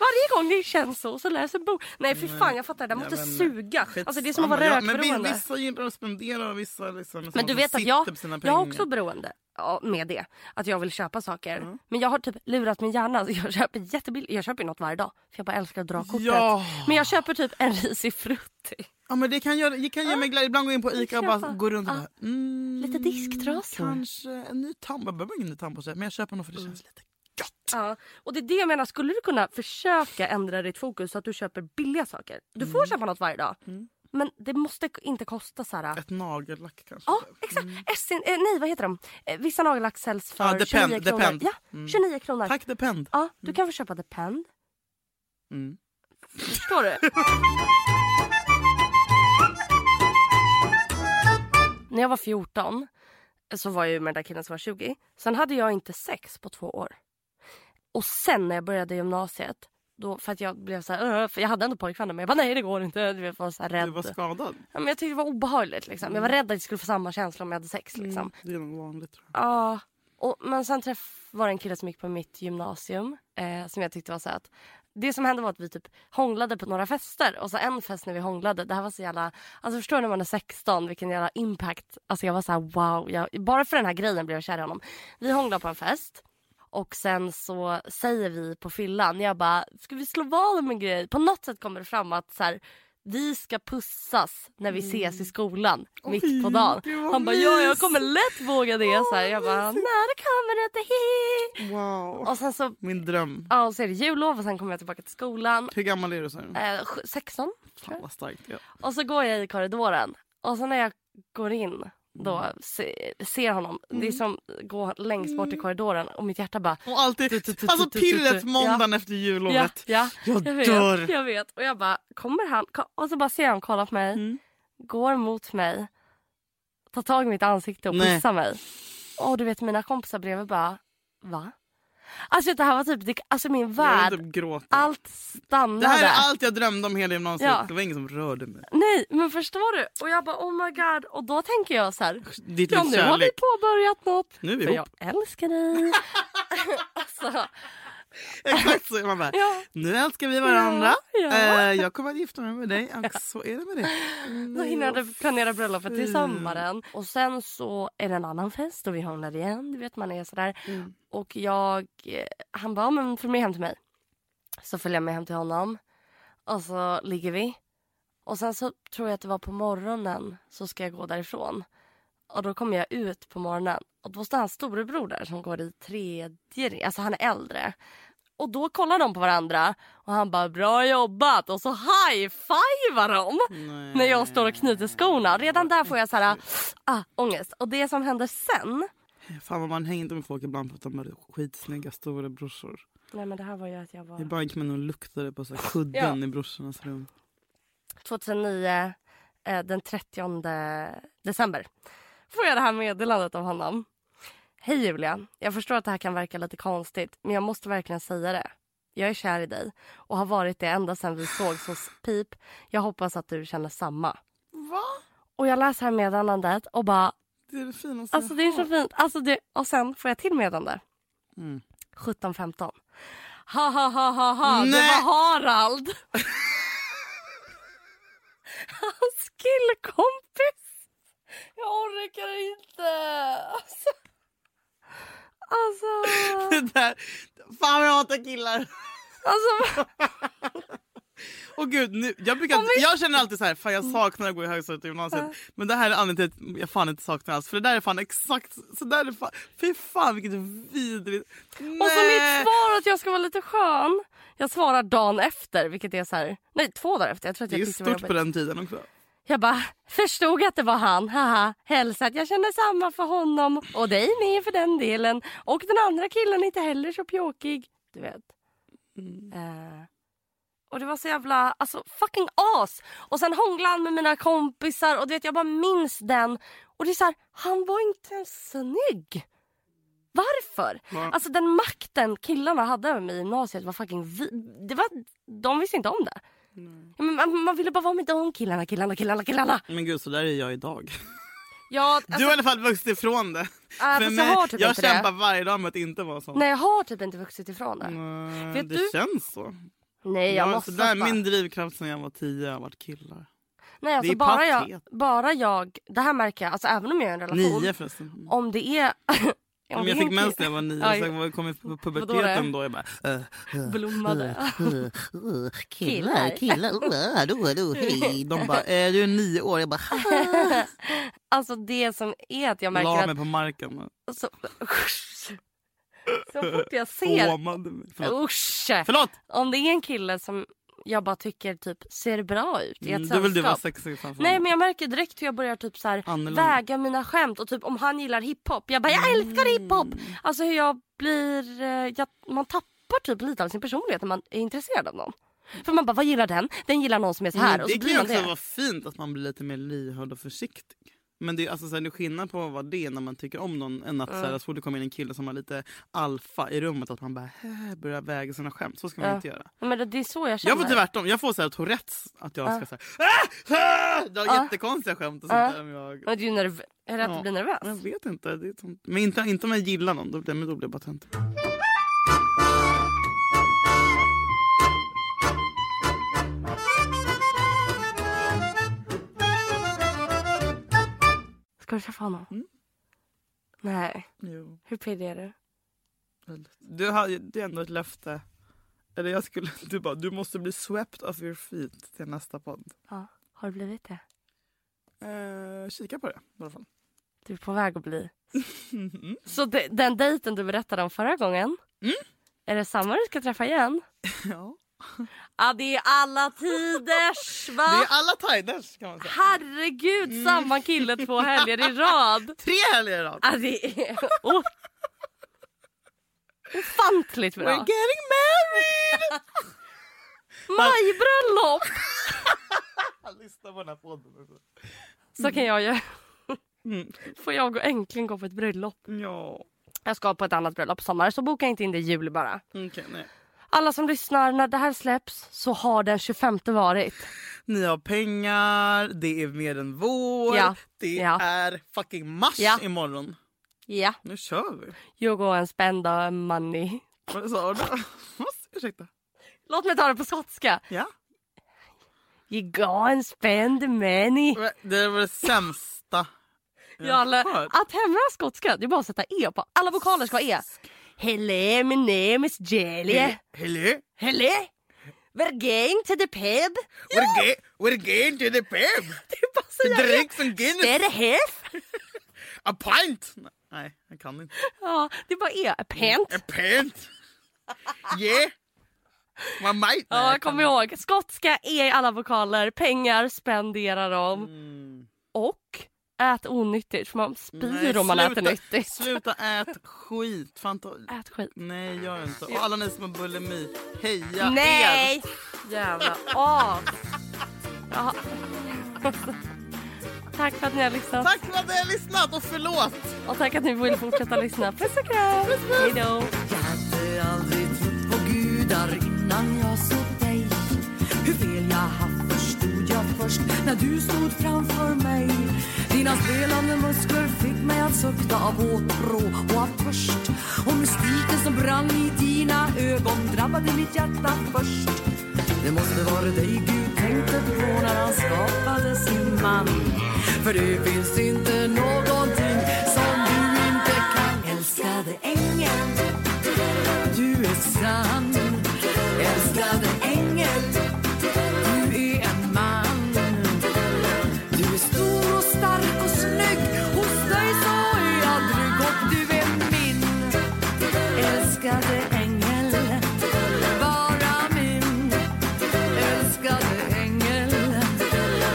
Speaker 3: varje gång det känns så, så läser jag en bok. Nej
Speaker 4: Mm.
Speaker 3: för fan jag fattar, det
Speaker 4: Jag
Speaker 3: måste
Speaker 4: vet inte.
Speaker 3: suga. Alltså det är som att vara
Speaker 4: Skitsamma. Ja, men
Speaker 3: rökberoende.
Speaker 4: vi- Vissa gillar att spendera och vissa liksom,
Speaker 3: Men du
Speaker 4: som
Speaker 3: vet att
Speaker 4: sitter
Speaker 3: jag,
Speaker 4: på sina
Speaker 3: jag har
Speaker 4: pengar.
Speaker 3: också beroende ja, med det. Att jag vill köpa saker.
Speaker 4: Mm.
Speaker 3: Men jag har typ lurat min hjärna. <laughs> Så jag köper jättebilligt. Jag köper ju något varje dag. För jag bara älskar att dra kortet.
Speaker 4: Ja.
Speaker 3: Men jag köper typ en risig frutti.
Speaker 4: Ja, men det kan, göra, det kan ge mig glädje. Ibland går jag in på Ica och bara
Speaker 3: köpa.
Speaker 4: går runt och
Speaker 3: Ja.
Speaker 4: bara... Mm,
Speaker 3: Lite disktrasor.
Speaker 4: Kanske en ny tandborste. Jag behöver ingen ny tandborste, men jag köper nog för det känns lite gott.
Speaker 3: Ja. Och det är det jag menar. Skulle du kunna försöka ändra ditt fokus så att du köper billiga saker? Du
Speaker 4: Mm.
Speaker 3: får köpa något varje dag. Men det måste k- inte kosta så här.
Speaker 4: Ett nagellack kanske. typ.
Speaker 3: Ja, exakt. Essin, eh, nej, vad heter de? Eh, vissa nagellack säljs för
Speaker 4: Ja, Depend,
Speaker 3: 29 kronor.
Speaker 4: Depend. Mm.
Speaker 3: Ja, 29 kronor.
Speaker 4: Tack Depend.
Speaker 3: Ja, du kan få köpa Depend.
Speaker 4: Mm.
Speaker 3: Förstår
Speaker 4: <laughs>
Speaker 3: du? När jag var 14 så var jag ju med den där killen som var 20. Sen hade jag inte sex på två år. Och sen när jag började gymnasiet, då, för att jag blev så här, "Åh", för jag hade ändå pojkvänner men jag bara nej det går inte. Du vet, jag var så här rädd.
Speaker 4: Du var Mm. skadad.
Speaker 3: ja, men jag tyckte det var obehagligt liksom. Jag var rädd att jag skulle få samma känsla om jag hade sex liksom.
Speaker 4: Det är nog vanligt tror jag.
Speaker 3: Ja. Och, men sen träff var det en kille som gick på mitt gymnasium eh, som jag tyckte var så här att det som hände var att vi typ hånglade på några fester och så en fest när vi hånglade det här var så jävla alltså förstår du när man är 16 vilken jävla impact alltså jag var så här wow jag, bara för den här grejen blev jag kär i honom. Vi hånglade på en fest och sen så säger vi på fyllan jag bara ska vi slå vad om en grej på något sätt kommer det fram att så här vi ska pussas när vi ses i skolan mitt på dagen.
Speaker 4: gud, vad
Speaker 3: Han bara ja jag
Speaker 4: mys."
Speaker 3: kommer lätt våga det. så här. Jag bara nej det kommer du inte. Hihi.
Speaker 4: Wow.
Speaker 3: Och sen så,
Speaker 4: Min dröm.
Speaker 3: ja, och så är det jullov och sen kommer jag tillbaka till skolan.
Speaker 4: Hur gammal är du sa du?
Speaker 3: Eh, sj- 16
Speaker 4: Fan vad starkt. Ja.
Speaker 3: och så går jag i korridoren och sen när jag går in då se, ser honom. Det är som att gå längst bort i korridoren och mitt hjärta bara
Speaker 4: Och alltid,
Speaker 3: tu,
Speaker 4: alltså
Speaker 3: tu, tu, tu.
Speaker 4: pirret måndagen efter
Speaker 3: Ja,
Speaker 4: jullovet.
Speaker 3: ja,
Speaker 4: Jag
Speaker 3: vet,
Speaker 4: dör.
Speaker 3: Jag vet. Och jag bara, kommer han? Ko- Och så bara ser han kolla på mig,
Speaker 4: Mm.
Speaker 3: går mot mig, tar tag i mitt ansikte och
Speaker 4: Nej.
Speaker 3: pussar mig. Och du vet mina kompisar bredvid bara, va? Alltså det här var typ, det, alltså min
Speaker 4: Jag
Speaker 3: värld,
Speaker 4: vill typ gråta.
Speaker 3: allt
Speaker 4: det
Speaker 3: stannade.
Speaker 4: här är allt jag drömde om hela gymnasiet.
Speaker 3: Ja.
Speaker 4: Det var ingen som rörde mig.
Speaker 3: Nej men förstår du? Och jag bara oh my god. Och då tänker jag så här.
Speaker 4: Ditt
Speaker 3: Ja
Speaker 4: livs
Speaker 3: nu har vi
Speaker 4: kärlek.
Speaker 3: påbörjat något.
Speaker 4: Nu är vi
Speaker 3: För
Speaker 4: ihop.
Speaker 3: jag älskar dig. <laughs> alltså,
Speaker 4: <laughs> Exakt så. Man bara,
Speaker 3: Ja.
Speaker 4: Nu älskar vi varandra.
Speaker 3: ja.
Speaker 4: Eh, jag kommer att gifta mig
Speaker 3: <laughs>
Speaker 4: med dig. Och så är det med det.
Speaker 3: Då hinner jag planera bröllopet till sommaren. Och sen så är det en annan fest och vi hånglar igen. Du vet man är sådär. Och jag, eh, han bara, "Ja, men följ med hem till mig. Så följer jag med hem till honom. Och så ligger vi. Och sen så tror jag att det var på morgonen så ska jag gå därifrån. Och då kommer jag ut på morgonen. Och då står hans storebror där som går i tredje, alltså han är äldre. Och då kollar de på varandra och han bara bra jobbat och så high-fivar de när jag står och knyter skorna. Redan där får jag så här ah, ångest. Och det som händer sen.
Speaker 4: Fan vad man hänger inte med folk ibland för att de är skitsnygga storebrorsor.
Speaker 3: Nej men det här var ju att jag var
Speaker 4: Ibland kan man nog lukta liksom det på så här kudden i brorsornas rum.
Speaker 3: 2009 eh, den 30 december. Får jag det här meddelandet av honom. Hej Julia, jag förstår att det här kan verka lite konstigt men jag måste verkligen säga det. Jag är kär i dig och har varit det ända sedan vi sågs hos Pip. Jag hoppas att du känner samma.
Speaker 4: Va?
Speaker 3: Och jag läser det här meddelandet och bara
Speaker 4: Det är det finaste
Speaker 3: Alltså
Speaker 4: jag
Speaker 3: det är så
Speaker 4: har.
Speaker 3: fint. Alltså det, och sen får jag till meddelande.
Speaker 4: Mm.
Speaker 3: 17.15. Ha ha ha ha ha. Det
Speaker 4: Nej.
Speaker 3: var Harald. Hans killkompis. Jag orkar inte. Alltså. alltså.
Speaker 4: <laughs> Det där, Fan vad jag hatar killar.
Speaker 3: Alltså,
Speaker 4: Åh gud, nu, jag, brukar, jag känner alltid så här, fan jag saknar att gå i högstadiet och gymnasiet. Men det här är anledningen till att jag fan inte saknar alls. För det där är fan exakt, så där är fan, fy fan vilket vidrigt.
Speaker 3: och så mitt svar att jag ska vara lite skön. Jag svarar dagen efter, vilket är så här... Nej, två dagar efter. Jag tror att
Speaker 4: Det är
Speaker 3: jag
Speaker 4: ju
Speaker 3: tyckte det var
Speaker 4: stort på
Speaker 3: jobbigt.
Speaker 4: den tiden också.
Speaker 3: Jag bara, förstod att det var han. Haha, hälsa att jag känner samma för honom och dig med för den delen. Och den andra killen är inte heller så pjåkig. Du vet. Eh, och det var så jävla, alltså fucking as. Och sen hånglade han med mina kompisar och du vet jag bara minns den. Och det är så här, han var inte ens snygg. Varför? Alltså den makten killarna hade över mig i gymnasiet var fucking vi- det var, De visste inte om det. Ja, men man, man ville bara vara med de killarna, killarna, killarna, killarna.
Speaker 4: Men gud, så där är jag idag.
Speaker 3: Ja, alltså,
Speaker 4: Du har i alla fall vuxit ifrån det.
Speaker 3: Ja,
Speaker 4: För
Speaker 3: fast
Speaker 4: mig-
Speaker 3: jag har typ
Speaker 4: jag
Speaker 3: inte det.
Speaker 4: kämpar varje dag med att inte vara sån.
Speaker 3: Nej, jag har typ inte vuxit ifrån det.
Speaker 4: Eh,
Speaker 3: Vet
Speaker 4: det
Speaker 3: du-
Speaker 4: känns så.
Speaker 3: Nej, jag
Speaker 4: Ja,
Speaker 3: måste
Speaker 4: så där,
Speaker 3: bara-
Speaker 4: min drivkraft sen jag var tio har varit killar.
Speaker 3: Nej, alltså
Speaker 4: det är
Speaker 3: bara jag,
Speaker 4: patet.
Speaker 3: bara jag... Det här märker jag, alltså även om jag är i en relation.
Speaker 4: Nio förresten.
Speaker 3: Om det är... <laughs> om
Speaker 4: Om
Speaker 3: det
Speaker 4: jag
Speaker 3: är
Speaker 4: fick
Speaker 3: en
Speaker 4: mens när
Speaker 3: kille-
Speaker 4: jag var nio,
Speaker 3: Aj.
Speaker 4: sen var- kom jag på
Speaker 3: Vadå det?
Speaker 4: puberteten då. Jag bara, eh,
Speaker 3: Blommade. <laughs> Killar.
Speaker 8: Killar, killar, uh,
Speaker 4: äh,
Speaker 8: hallå, hallå, hej.
Speaker 4: de bara, eh, du är nio år. Jag bara,
Speaker 3: <laughs> Alltså det som är att <laughs> jag
Speaker 4: la
Speaker 3: märker
Speaker 4: mig
Speaker 3: att...
Speaker 4: på marken.
Speaker 3: Så, så fort jag ser...
Speaker 4: Håmade mig. Förlåt.
Speaker 3: Usch!
Speaker 4: Förlåt!
Speaker 3: Om det är en kille som jag bara tycker typ ser bra ut i ett
Speaker 4: Mm, Då vill du vara
Speaker 3: sällskap.
Speaker 4: sexig framför
Speaker 3: Nej
Speaker 4: mig.
Speaker 3: men jag märker direkt hur jag börjar typ så här
Speaker 4: Annorlunda.
Speaker 3: väga mina skämt och typ om han gillar hiphop. Jag bara jag älskar
Speaker 4: Mm.
Speaker 3: hiphop. Alltså hur jag blir, eh, jag, man tappar typ lite av sin personlighet när man är intresserad av någon. För man bara vad gillar den? Den gillar någon som är så här.
Speaker 4: Men
Speaker 3: och
Speaker 4: Mm, det
Speaker 3: så
Speaker 4: kan
Speaker 3: blir
Speaker 4: ju
Speaker 3: man
Speaker 4: också
Speaker 3: det.
Speaker 4: vara fint att man blir lite mer lyhörd och försiktig. Men det är, alltså, så här, det är skillnad på vad det är när man tycker om någon än att så, här, så fort det kommer in en kille som har lite alfa i rummet att man bara "Hä", börjar väga sina skämt. Så ska man
Speaker 3: Ja.
Speaker 4: inte göra.
Speaker 3: Nej, Men det, det är så jag
Speaker 4: Jag
Speaker 3: känner.
Speaker 4: får tvärtom. Jag får så här, Tourettes att jag ska säga ah! ah! Det är jättekonstiga skämt och sånt där. om Jag...
Speaker 3: Men det är ju nerv- är det att du blir
Speaker 4: Jag
Speaker 3: nervös?
Speaker 4: vet inte. Det är sånt. Men inte, inte om jag gillar någon. Då blir, men då blir jag bara tönt.
Speaker 3: Ska du träffa honom?
Speaker 4: Mm.
Speaker 3: Nej,
Speaker 4: Jo.
Speaker 3: hur pigg är du?
Speaker 4: Du har, ju- det är ändå ett löfte. Eller jag skulle, du bara, du måste bli swept off your feet till nästa podd.
Speaker 3: Ja, har du blivit det?
Speaker 4: Eh, kika på det i alla fall.
Speaker 3: Du är på väg att bli.
Speaker 4: Mm-hmm.
Speaker 3: Så de, den dejten du berättade om förra gången, är det samma du ska träffa igen?
Speaker 4: Mm. <laughs> Ja.
Speaker 3: Ja, det är alla
Speaker 4: <laughs>
Speaker 3: tiders, va?
Speaker 4: Det är Mm. alla tiders kan man säga.
Speaker 3: Herregud, samma kille två helger i rad.
Speaker 4: Tre helger i rad.
Speaker 3: Ja, det är oh. ofantligt
Speaker 4: We're
Speaker 3: bra.
Speaker 4: getting married! <laughs>
Speaker 3: Majbröllop!
Speaker 4: Lyssna på den här podden.
Speaker 3: Så kan jag ju...
Speaker 4: Mm.
Speaker 3: Får jag gå, äntligen gå på ett bröllop.
Speaker 4: Ja.
Speaker 3: Jag ska på ett annat bröllop i sommar, så boka inte in det i juli bara.
Speaker 4: Okej, nej.
Speaker 3: Alla som lyssnar, när det här släpps så har den 25 varit.
Speaker 4: Ni har pengar, det är mer än vår,
Speaker 3: Ja.
Speaker 4: det
Speaker 3: Ja.
Speaker 4: är fucking mars
Speaker 3: Ja.
Speaker 4: imorgon.
Speaker 3: Ja.
Speaker 4: Nu kör vi.
Speaker 3: You go and spend the money.
Speaker 4: Vad sa du? <laughs> Ursäkta.
Speaker 3: Låt mig ta det på skotska.
Speaker 4: Ja.
Speaker 3: You go and spend the money.
Speaker 4: Det var det sämsta
Speaker 3: Jag har lä-
Speaker 4: hört.
Speaker 3: att hemma skotska, det är bara att sätta e på. Alla vokaler ska ha e. Hello, my name is Jelly.
Speaker 4: Hello?
Speaker 3: Hello, we're going to the pub.
Speaker 4: We're, gay, we're going to the pub!
Speaker 3: Det är bara så jävla-
Speaker 4: Dricks and Guinness,
Speaker 3: Är det hef?
Speaker 4: a pint! Nej, jag kan inte.
Speaker 3: Ja, det är bara e. A pant.
Speaker 4: A pint! Yeah! Man might... Nej,
Speaker 3: Ja,
Speaker 4: jag kan
Speaker 3: kom ihåg. Skotska e i alla vokaler. Pengar, spendera dem. Mm. Och ät onyttigt, för man
Speaker 4: inte.
Speaker 3: spyr
Speaker 4: Nej,
Speaker 3: om man
Speaker 4: sluta-
Speaker 3: äter nyttigt.
Speaker 4: Sluta ät skit! Fanta...
Speaker 3: Ät skit.
Speaker 4: Nej, gör inte. Och alla ni som har bulimi, heja er!
Speaker 3: Nej! Jävla as. Jaha. <laughs> Tack för att ni har lyssnat.
Speaker 4: Tack för att ni har lyssnat och förlåt!
Speaker 3: Och tack att ni vill fortsätta lyssna. Puss och kram! Hej då!
Speaker 8: hade aldrig trott på gudar innan jag såg dig Hur fel jag haft förstod jag först när du stod framför mig Dina spelande muskler fick mig att sukta av åtrå och av törst Och mystiken som brann i dina ögon drabbade mitt hjärta först det måste vara dig Gud tänkte på när han skapade sin man För det finns inte någonting som du inte kan Älskade ängeln du är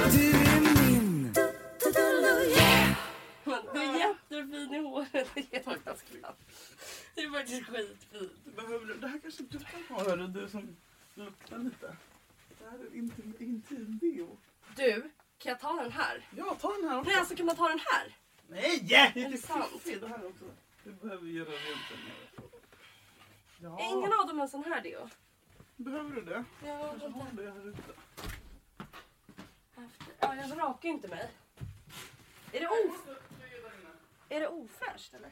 Speaker 3: <laughs> Det är faktiskt skitfint.
Speaker 4: Du behöver, det här kanske du kan ha, hörru, du som luktar lite. Det här är intim, intim deo.
Speaker 3: Du, kan jag ta den här?
Speaker 4: Ja, ta den här också.
Speaker 3: Nej, alltså kan man ta den här?
Speaker 4: Nej! Det är
Speaker 3: det sant?
Speaker 4: fiffigt, det här också. Du behöver göra rent den här. Ja,
Speaker 3: Ingen av dem har en sån här deo.
Speaker 4: behöver du det?
Speaker 3: Ja,
Speaker 4: Jag har det här ute.
Speaker 3: ja, jag rakar ju inte mig. Är det, of... är det ofräscht eller?